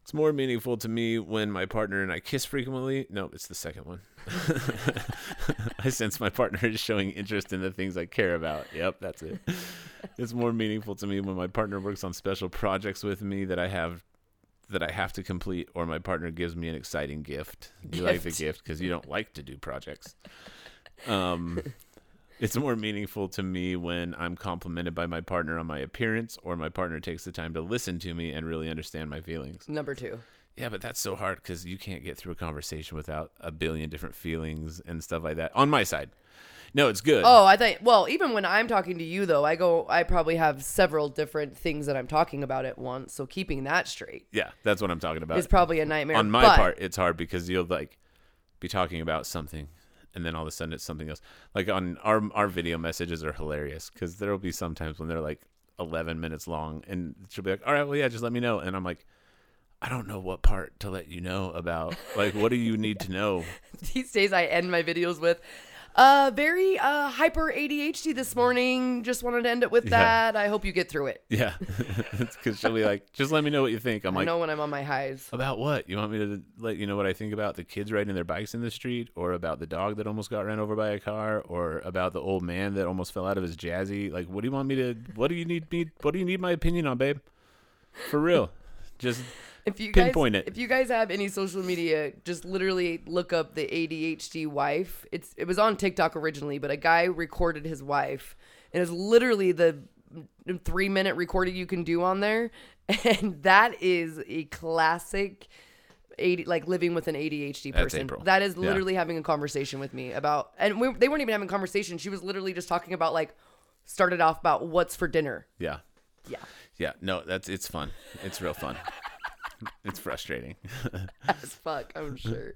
Speaker 2: It's more meaningful to me when my partner and I kiss frequently. No, it's the second one. I sense my partner is showing interest in the things I care about. Yep, that's it. It's more meaningful to me when my partner works on special projects with me that I have that I have to complete or my partner gives me an exciting gift. You like the
Speaker 3: Gift.
Speaker 2: gift cuz you don't like to do projects. Um it's more meaningful to me when I'm complimented by my partner on my appearance or my partner takes the time to listen to me and really understand my feelings.
Speaker 3: Number two.
Speaker 2: Yeah, but that's so hard because you can't get through a conversation without a billion different feelings and stuff like that. On my side, no, it's good.
Speaker 3: Oh, I think. Well, even when I'm talking to you, though, I go. I probably have several different things that I'm talking about at once. So keeping that straight
Speaker 2: yeah, that's what I'm talking about.
Speaker 3: is probably a nightmare.
Speaker 2: Uh, On my
Speaker 3: but
Speaker 2: part, it's hard because you'll like be talking about something, and then all of a sudden it's something else. Like on our our video messages are hilarious because there'll be sometimes when they're like 11 minutes long, and she'll be like, "All right, well, yeah, just let me know," and I'm like. I don't know what part to let you know about. Like, what do you need to know?
Speaker 3: these days I end my videos with uh very uh hyper ADHD this morning. Just wanted to end it with
Speaker 2: Yeah.
Speaker 3: that. I hope you get through it.
Speaker 2: Yeah, because she'll be like, "Just let me know what you think." I'm
Speaker 3: I
Speaker 2: like,
Speaker 3: know when I'm on my highs.
Speaker 2: About what? You want me to let you know what I think about the kids riding their bikes in the street, or about the dog that almost got ran over by a car, or about the old man that almost fell out of his jazzy? Like, what do you want me to? What do you need me? What do you need my opinion on, babe? For real, just
Speaker 3: If you
Speaker 2: pinpoint
Speaker 3: guys,
Speaker 2: it.
Speaker 3: If you guys have any social media, just literally look up the ADHD wife. It's it was on TikTok originally, but a guy recorded his wife, and it's literally the three minute recording you can do on there, and that is a classic. 80, like living with an ADHD
Speaker 2: That's
Speaker 3: person.
Speaker 2: April.
Speaker 3: That is
Speaker 2: Yeah.
Speaker 3: literally having a conversation with me about, and we, they weren't even having a conversation. She was literally just talking about like, started off about what's for dinner.
Speaker 2: yeah,
Speaker 3: Yeah,
Speaker 2: yeah. No, that's it's fun. It's real fun. it's frustrating
Speaker 3: as fuck, I'm sure.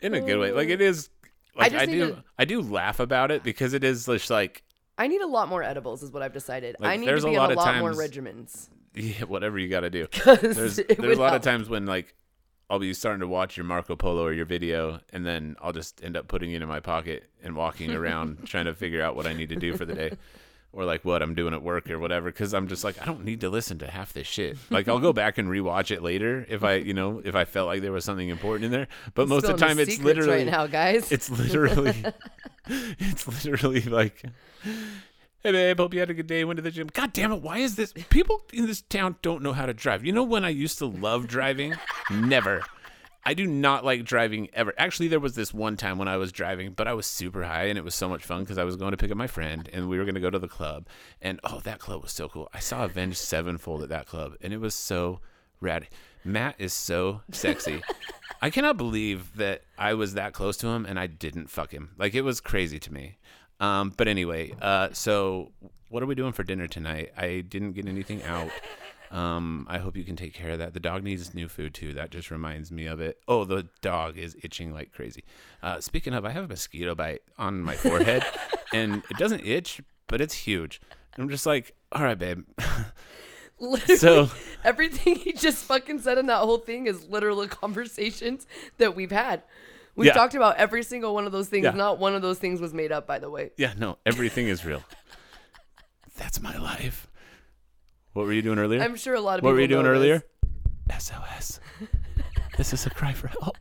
Speaker 2: in a good way. Like it is. Like I,
Speaker 3: just need
Speaker 2: do.
Speaker 3: to-
Speaker 2: I do laugh about it because it is just like
Speaker 3: I need a lot more edibles, is what I've decided.
Speaker 2: Like,
Speaker 3: I need to
Speaker 2: there's
Speaker 3: be
Speaker 2: a lot
Speaker 3: on a
Speaker 2: of
Speaker 3: lot more
Speaker 2: times-
Speaker 3: regimens.
Speaker 2: yeah, whatever you got to do.
Speaker 3: 'Cause
Speaker 2: there's
Speaker 3: it
Speaker 2: there's
Speaker 3: would
Speaker 2: a lot of
Speaker 3: help.
Speaker 2: times when like I'll be starting to watch your Marco Polo or your video, and then I'll just end up putting it in my pocket and walking around trying to figure out what I need to do for the day. Or like what I'm doing at work or whatever, because I'm just like I don't need to listen to half this shit. Like I'll go back and rewatch it later if I, you know, if I felt like there was something important in there. But most of the
Speaker 3: Spilling
Speaker 2: time, it's
Speaker 3: secrets
Speaker 2: literally
Speaker 3: right now, guys.
Speaker 2: it's literally, it's literally like, hey babe, hope you had a good day. Went to the gym. God damn it, why is this? People in this town don't know how to drive. You know when I used to love driving? Never. I do not like driving ever. Actually, there was this one time when I was driving, but I was super high and it was so much fun because I was going to pick up my friend and we were going to go to the club. And oh, that club was so cool. I saw Avenged Sevenfold at that club and it was so rad. Matt is so sexy. I cannot believe that I was that close to him and I didn't fuck him. Like it was crazy to me. Um, but anyway, uh, so what are we doing for dinner tonight? I didn't get anything out. Um, I hope you can take care of that. The dog needs new food too. That just reminds me of it. Oh, the dog is itching like crazy. Uh, speaking of, I have a mosquito bite on my forehead, and it doesn't itch, but it's huge. I'm just like, all right, babe.
Speaker 3: Literally,
Speaker 2: So-
Speaker 3: everything he just fucking said in that whole thing is literal conversations that we've had. We've
Speaker 2: Yeah.
Speaker 3: talked about every single one of those things.
Speaker 2: Yeah.
Speaker 3: Not one of those things was made up, by the way.
Speaker 2: Yeah, no, everything is real. That's my life. What were you doing earlier?
Speaker 3: I'm sure a lot of
Speaker 2: what
Speaker 3: people.
Speaker 2: were you doing
Speaker 3: know this.
Speaker 2: earlier? SOS. this is a cry for help.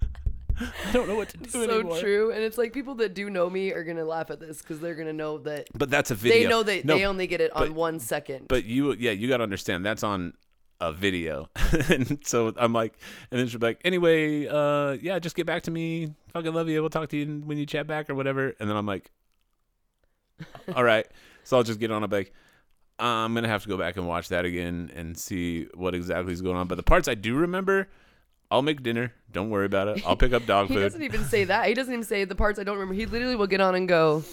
Speaker 2: I don't know what to do
Speaker 3: So
Speaker 2: anymore.
Speaker 3: true, and it's like people that do know me are gonna laugh at this because they're gonna know that
Speaker 2: But that's a video.
Speaker 3: they know that
Speaker 2: No,
Speaker 3: they only get it on
Speaker 2: but-
Speaker 3: one second.
Speaker 2: But you, yeah, you got to understand that's on a video, and so I'm like, and then she'll be like, anyway, uh, yeah, just get back to me. Fucking love you. We'll talk to you when you chat back or whatever. And then I'm like, all right. So I'll just get on a bike. I'm gonna have to go back and watch that again and see what exactly is going on. But the parts I do remember, I'll make dinner. Don't worry about it. I'll pick up dog
Speaker 3: he
Speaker 2: food.
Speaker 3: doesn't even say that. He doesn't even say the parts I don't remember. He literally will get on and go.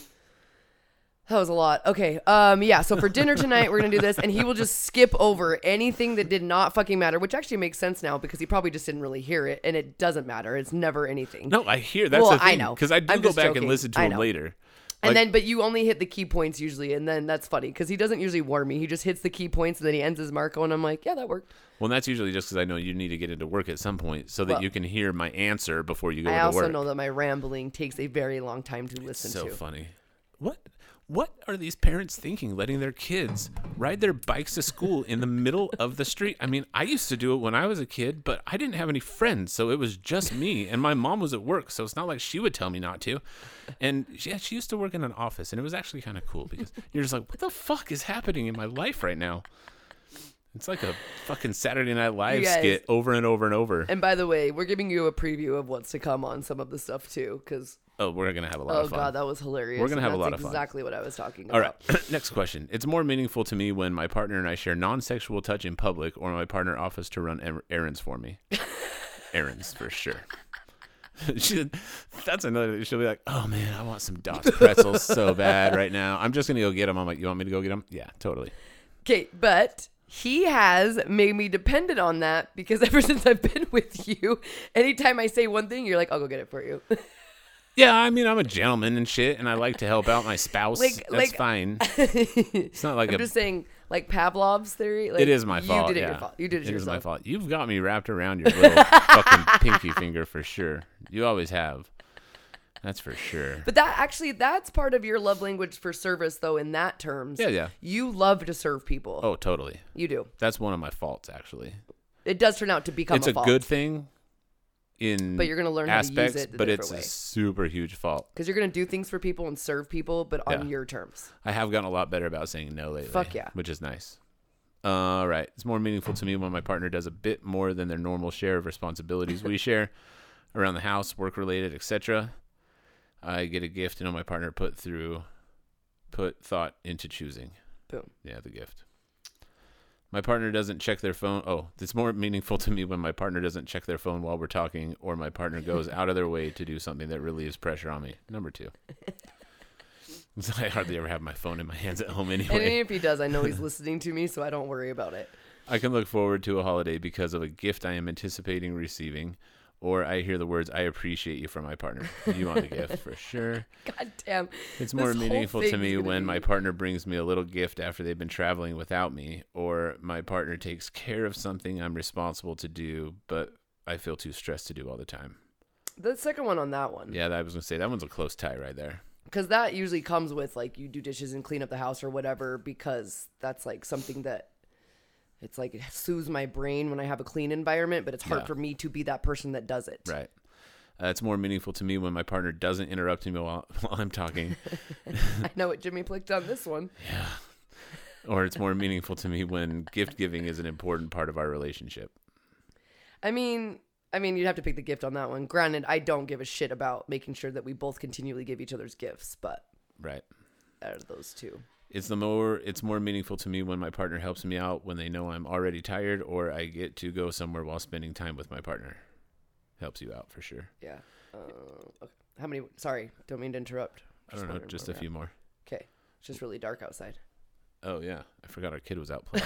Speaker 3: That was a lot. Okay. Um. Yeah. So for dinner tonight, we're gonna do this, and he will just skip over anything that did not fucking matter, which actually makes sense now because he probably just didn't really hear it, and it doesn't matter. It's never anything.
Speaker 2: No, I hear that's
Speaker 3: Well,
Speaker 2: the
Speaker 3: I
Speaker 2: thing
Speaker 3: know.
Speaker 2: because I do
Speaker 3: I'm
Speaker 2: go
Speaker 3: just
Speaker 2: back
Speaker 3: joking.
Speaker 2: and listen to
Speaker 3: I
Speaker 2: him
Speaker 3: know.
Speaker 2: later.
Speaker 3: And
Speaker 2: Like-
Speaker 3: then, but you only hit the key points usually, and then that's funny because he doesn't usually warn me. He just hits the key points, and then he ends his Marco, and I'm like, yeah, that worked.
Speaker 2: Well, that's usually just because I know you need to get into work at some point so that
Speaker 3: Well-
Speaker 2: you can hear my answer before you go
Speaker 3: I
Speaker 2: into
Speaker 3: also
Speaker 2: work.
Speaker 3: know that my rambling takes a very long time to listen
Speaker 2: so
Speaker 3: to.
Speaker 2: funny. What what are these parents thinking letting their kids ride their bikes to school in the middle of the street? I mean, I used to do it when I was a kid, but I didn't have any friends, so it was just me and my mom was at work, so it's not like she would tell me not to. And yeah, she used to work in an office and it was actually kind of cool because you're just like, what the fuck is happening in my life right now? It's like a fucking Saturday Night Live
Speaker 3: guys-
Speaker 2: skit over and over and over.
Speaker 3: And by the way, we're giving you a preview of what's to come on some of the stuff too, because
Speaker 2: Oh, we're gonna have a lot
Speaker 3: oh
Speaker 2: of fun.
Speaker 3: god, that was hilarious.
Speaker 2: We're gonna
Speaker 3: and
Speaker 2: have a
Speaker 3: that's
Speaker 2: lot of fun.
Speaker 3: Exactly what I was talking about.
Speaker 2: All right. Next question. It's more meaningful to me when my partner and I share non-sexual touch in public, or my partner offers to run er- errands for me. errands for sure. she, that's another. She'll be like, "Oh man, I want some Dots pretzels so bad right now. I'm just gonna go get them." I'm like, "You want me to go get them?" Yeah, totally.
Speaker 3: Okay, but he has made me dependent on that because ever since I've been with you, anytime I say one thing, you're like, I'll go get it for you.
Speaker 2: Yeah, I mean, I'm a gentleman and shit, and I like to help out my spouse.
Speaker 3: Like-
Speaker 2: that's
Speaker 3: like-
Speaker 2: fine. It's not like
Speaker 3: I'm
Speaker 2: a.
Speaker 3: just saying, like Pavlov's theory. Like,
Speaker 2: it is my
Speaker 3: you
Speaker 2: fault.
Speaker 3: Did it
Speaker 2: yeah.
Speaker 3: your fault. You did it,
Speaker 2: It
Speaker 3: yourself.
Speaker 2: is my fault. You've got me wrapped around your little fucking pinky finger for sure. You always have. That's for sure.
Speaker 3: But that actually, that's part of your love language for service, though. In that terms,
Speaker 2: Yeah, yeah.
Speaker 3: You love to serve people.
Speaker 2: Oh, totally.
Speaker 3: You do.
Speaker 2: That's one of my faults, actually.
Speaker 3: It does turn out to become
Speaker 2: it's
Speaker 3: a,
Speaker 2: a,
Speaker 3: fault.
Speaker 2: good thing in
Speaker 3: But you're gonna learn how to use
Speaker 2: aspects,
Speaker 3: it a
Speaker 2: but
Speaker 3: different
Speaker 2: it's
Speaker 3: way.
Speaker 2: a super huge fault.
Speaker 3: because you're gonna do things for people and serve people, but on
Speaker 2: Yeah.
Speaker 3: your terms.
Speaker 2: I have gotten a lot better about saying no lately.
Speaker 3: Fuck yeah.
Speaker 2: Which is nice. All right. It's more meaningful to me when my partner does a bit more than their normal share of responsibilities we share around the house, work related, etc. I get a gift and know my partner put through put thought into choosing.
Speaker 3: Boom.
Speaker 2: Yeah, the gift. My partner doesn't check their phone. Oh, it's more meaningful to me when my partner doesn't check their phone while we're talking or my partner goes out of their way to do something that relieves pressure on me. Number two. So I hardly ever have my phone in my hands at home
Speaker 3: And
Speaker 2: anyway.
Speaker 3: if he does, I know he's listening to me, so I don't worry about it.
Speaker 2: I can look forward to a holiday because of a gift I am anticipating receiving or I hear the words, I appreciate you from my partner. You want the gift for sure.
Speaker 3: God damn.
Speaker 2: It's
Speaker 3: This
Speaker 2: more
Speaker 3: whole
Speaker 2: meaningful
Speaker 3: thing's
Speaker 2: to me
Speaker 3: gonna
Speaker 2: when
Speaker 3: be-
Speaker 2: my partner brings me a little gift after they've been traveling without me, or my partner takes care of something I'm responsible to do, but I feel too stressed to do all the time.
Speaker 3: The second one on that one.
Speaker 2: Yeah, that- I was gonna say that one's a close tie right there.
Speaker 3: Because that usually comes with like you do dishes and clean up the house or whatever, because that's like something that it's like it soothes my brain when I have a clean environment, but it's hard
Speaker 2: Yeah.
Speaker 3: for me to be that person that does it.
Speaker 2: Right. Uh, it's more meaningful to me when my partner doesn't interrupt me while, while I'm talking,
Speaker 3: I know what Jimmy clicked on this one.
Speaker 2: or it's more meaningful to me when gift giving is an important part of our relationship.
Speaker 3: I mean, I mean, you'd have to pick the gift on that one. Granted, I don't give a shit about making sure that we both continually give each other's gifts, but
Speaker 2: Right.
Speaker 3: out of those two,
Speaker 2: It's the more it's more meaningful to me when my partner helps me out when they know I'm already tired or I get to go somewhere while spending time with my partner. Helps you out for sure.
Speaker 3: yeah. Uh, okay. How many? Sorry, don't mean to interrupt.
Speaker 2: I don't know,
Speaker 3: wondering
Speaker 2: just a
Speaker 3: where we're
Speaker 2: few more.
Speaker 3: at. Okay, it's just really dark outside.
Speaker 2: Oh yeah, I forgot our kid was out playing.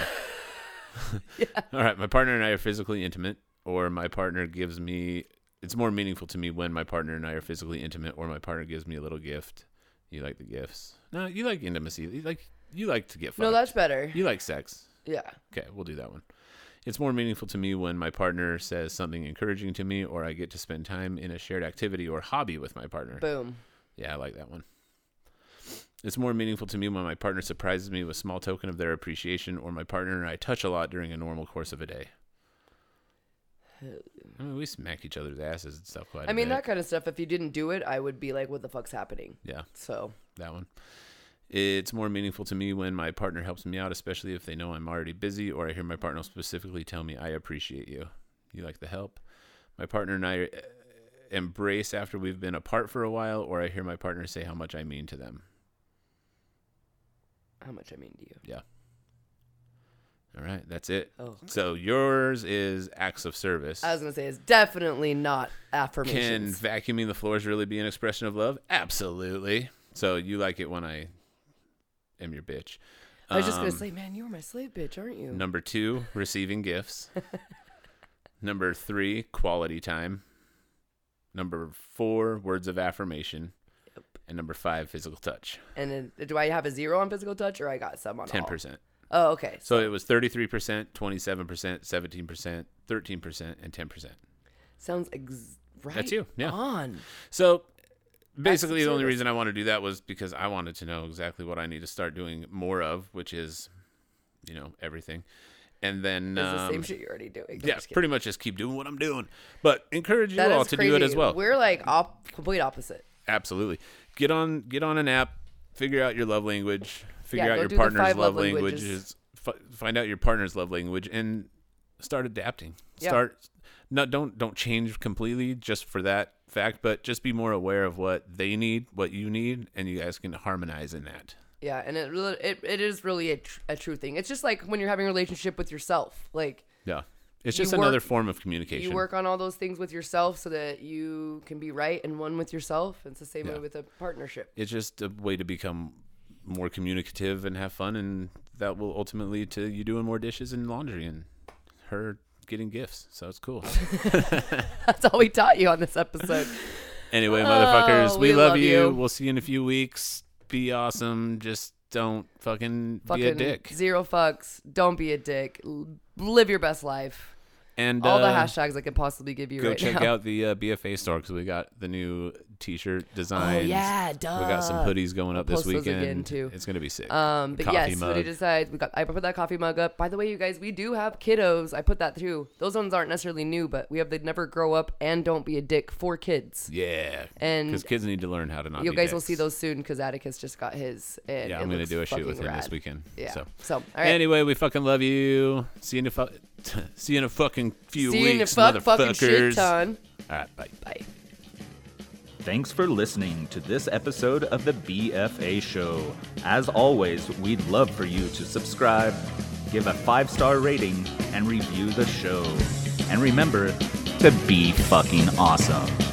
Speaker 2: All right, my partner and I are physically intimate, or my partner gives me. It's more meaningful to me when my partner and I are physically intimate, or my partner gives me a little gift. You like the gifts? No, you like intimacy. You like you like to get fucked.
Speaker 3: No, that's better.
Speaker 2: you like sex.
Speaker 3: Yeah.
Speaker 2: Okay, we'll do that one. It's more meaningful to me when my partner says something encouraging to me, or I get to spend time in a shared activity or hobby with my partner.
Speaker 3: Boom.
Speaker 2: Yeah, I like that one. It's more meaningful to me when my partner surprises me with small token of their appreciation or my partner and I touch a lot during a normal course of a day. I mean, we smack each other's asses and stuff quite
Speaker 3: Uh, I
Speaker 2: a
Speaker 3: mean,
Speaker 2: bit.
Speaker 3: that kind of stuff. If you didn't do it, I would be like, "What the fuck's happening?"
Speaker 2: Yeah,
Speaker 3: So
Speaker 2: that one. It's more meaningful to me when my partner helps me out, especially if they know I'm already busy or I hear my partner specifically tell me, I appreciate you. You like the help. My partner and I uh, embrace after we've been apart for a while, or I hear my partner say how much I mean to them.
Speaker 3: how much I mean to you?
Speaker 2: All right, that's it.
Speaker 3: Oh.
Speaker 2: So yours is acts of service.
Speaker 3: I was gonna say it's definitely not
Speaker 2: Can
Speaker 3: affirmations.
Speaker 2: vacuuming the floors really be an expression of love? Absolutely. So you like it when I am your bitch.
Speaker 3: I was just gonna
Speaker 2: Um,
Speaker 3: say, man, you were my slave bitch, aren't you?
Speaker 2: Number two, receiving gifts. number three, quality time. Number four, words of affirmation. And number five, physical touch.
Speaker 3: And then, do I have a zero on physical touch, or I got some on all?
Speaker 2: Ten percent.
Speaker 3: Oh, okay.
Speaker 2: So it was thirty-three percent, twenty-seven percent, seventeen percent, thirteen percent, and ten percent.
Speaker 3: Sounds ex- right.
Speaker 2: you, yeah.
Speaker 3: On.
Speaker 2: So basically, the only
Speaker 3: service.
Speaker 2: reason I want to do that was because I wanted to know exactly what I need to start doing more of, which is, you know, everything. And then,
Speaker 3: It's the
Speaker 2: um,
Speaker 3: same shit you're already doing.
Speaker 2: yeah, pretty much just keep doing what I'm doing, but encourage you
Speaker 3: That
Speaker 2: all
Speaker 3: is
Speaker 2: to
Speaker 3: crazy.
Speaker 2: do it as well.
Speaker 3: We're like op- complete opposite.
Speaker 2: Absolutely, get on get on an app, figure out your love language, figure
Speaker 3: Yeah,
Speaker 2: out
Speaker 3: go
Speaker 2: your
Speaker 3: do the
Speaker 2: partner's
Speaker 3: five
Speaker 2: love
Speaker 3: love
Speaker 2: languages,
Speaker 3: languages.
Speaker 2: F- find out your partner's love language, and start adapting.
Speaker 3: Yeah.
Speaker 2: Start no, don't don't change completely just for that fact, but just be more aware of what they need, what you need, and you guys can harmonize in that.
Speaker 3: Yeah, and it really, it, it is really a, tr- a true thing. It's just like when you're having a relationship with yourself. Like
Speaker 2: Yeah, it's
Speaker 3: You
Speaker 2: just
Speaker 3: work-
Speaker 2: another form of communication.
Speaker 3: you work on all those things with yourself so that you can be right and one with yourself. It's the same
Speaker 2: Yeah.
Speaker 3: way with a partnership.
Speaker 2: it's just a way to become more communicative and have fun and that will ultimately lead to you doing more dishes and laundry and her getting gifts so it's cool
Speaker 3: That's all we taught you on this episode.
Speaker 2: anyway motherfuckers we,
Speaker 3: Oh, we
Speaker 2: love,
Speaker 3: love
Speaker 2: you.
Speaker 3: you.
Speaker 2: we'll see you in a few weeks be awesome just don't fucking,
Speaker 3: Fucking
Speaker 2: be a dick
Speaker 3: zero fucks. Don't be a dick. L- Live your best life.
Speaker 2: and
Speaker 3: all the
Speaker 2: uh,
Speaker 3: hashtags I could possibly give you
Speaker 2: go
Speaker 3: right
Speaker 2: check
Speaker 3: now.
Speaker 2: out the uh, bfa store because we got the new t-shirt
Speaker 3: oh
Speaker 2: designs
Speaker 3: yeah, duh.
Speaker 2: we got some hoodies going up this
Speaker 3: post those
Speaker 2: weekend
Speaker 3: again, too.
Speaker 2: it's gonna be sick
Speaker 3: Um, but
Speaker 2: Coffee
Speaker 3: yes, Hoodie
Speaker 2: mug.
Speaker 3: Decides. We got. I put that coffee mug up. By the way, you guys, we do have kiddos. I put that through. Those ones aren't necessarily new, but we have the never grow up and don't be a dick for kids.
Speaker 2: yeah
Speaker 3: and
Speaker 2: because kids need to learn how to not
Speaker 3: You
Speaker 2: be
Speaker 3: guys will
Speaker 2: dicks.
Speaker 3: see those soon because Atticus just got his. And
Speaker 2: yeah
Speaker 3: it
Speaker 2: i'm gonna
Speaker 3: looks
Speaker 2: do a shoot with
Speaker 3: fucking
Speaker 2: him this
Speaker 3: rad.
Speaker 2: weekend
Speaker 3: Yeah.
Speaker 2: so
Speaker 3: So, all right.
Speaker 2: Anyway, we fucking love you. See you in a fu- see you in a fucking few
Speaker 3: see you
Speaker 2: weeks,
Speaker 3: in a fuck fucking shit
Speaker 2: motherfuckers.
Speaker 3: ton.
Speaker 2: All right, bye.
Speaker 3: Bye.
Speaker 1: Thanks for listening to this episode of the BFA Show. As always, we'd love for you to subscribe, give a five star rating, and review the show. And remember to be fucking awesome.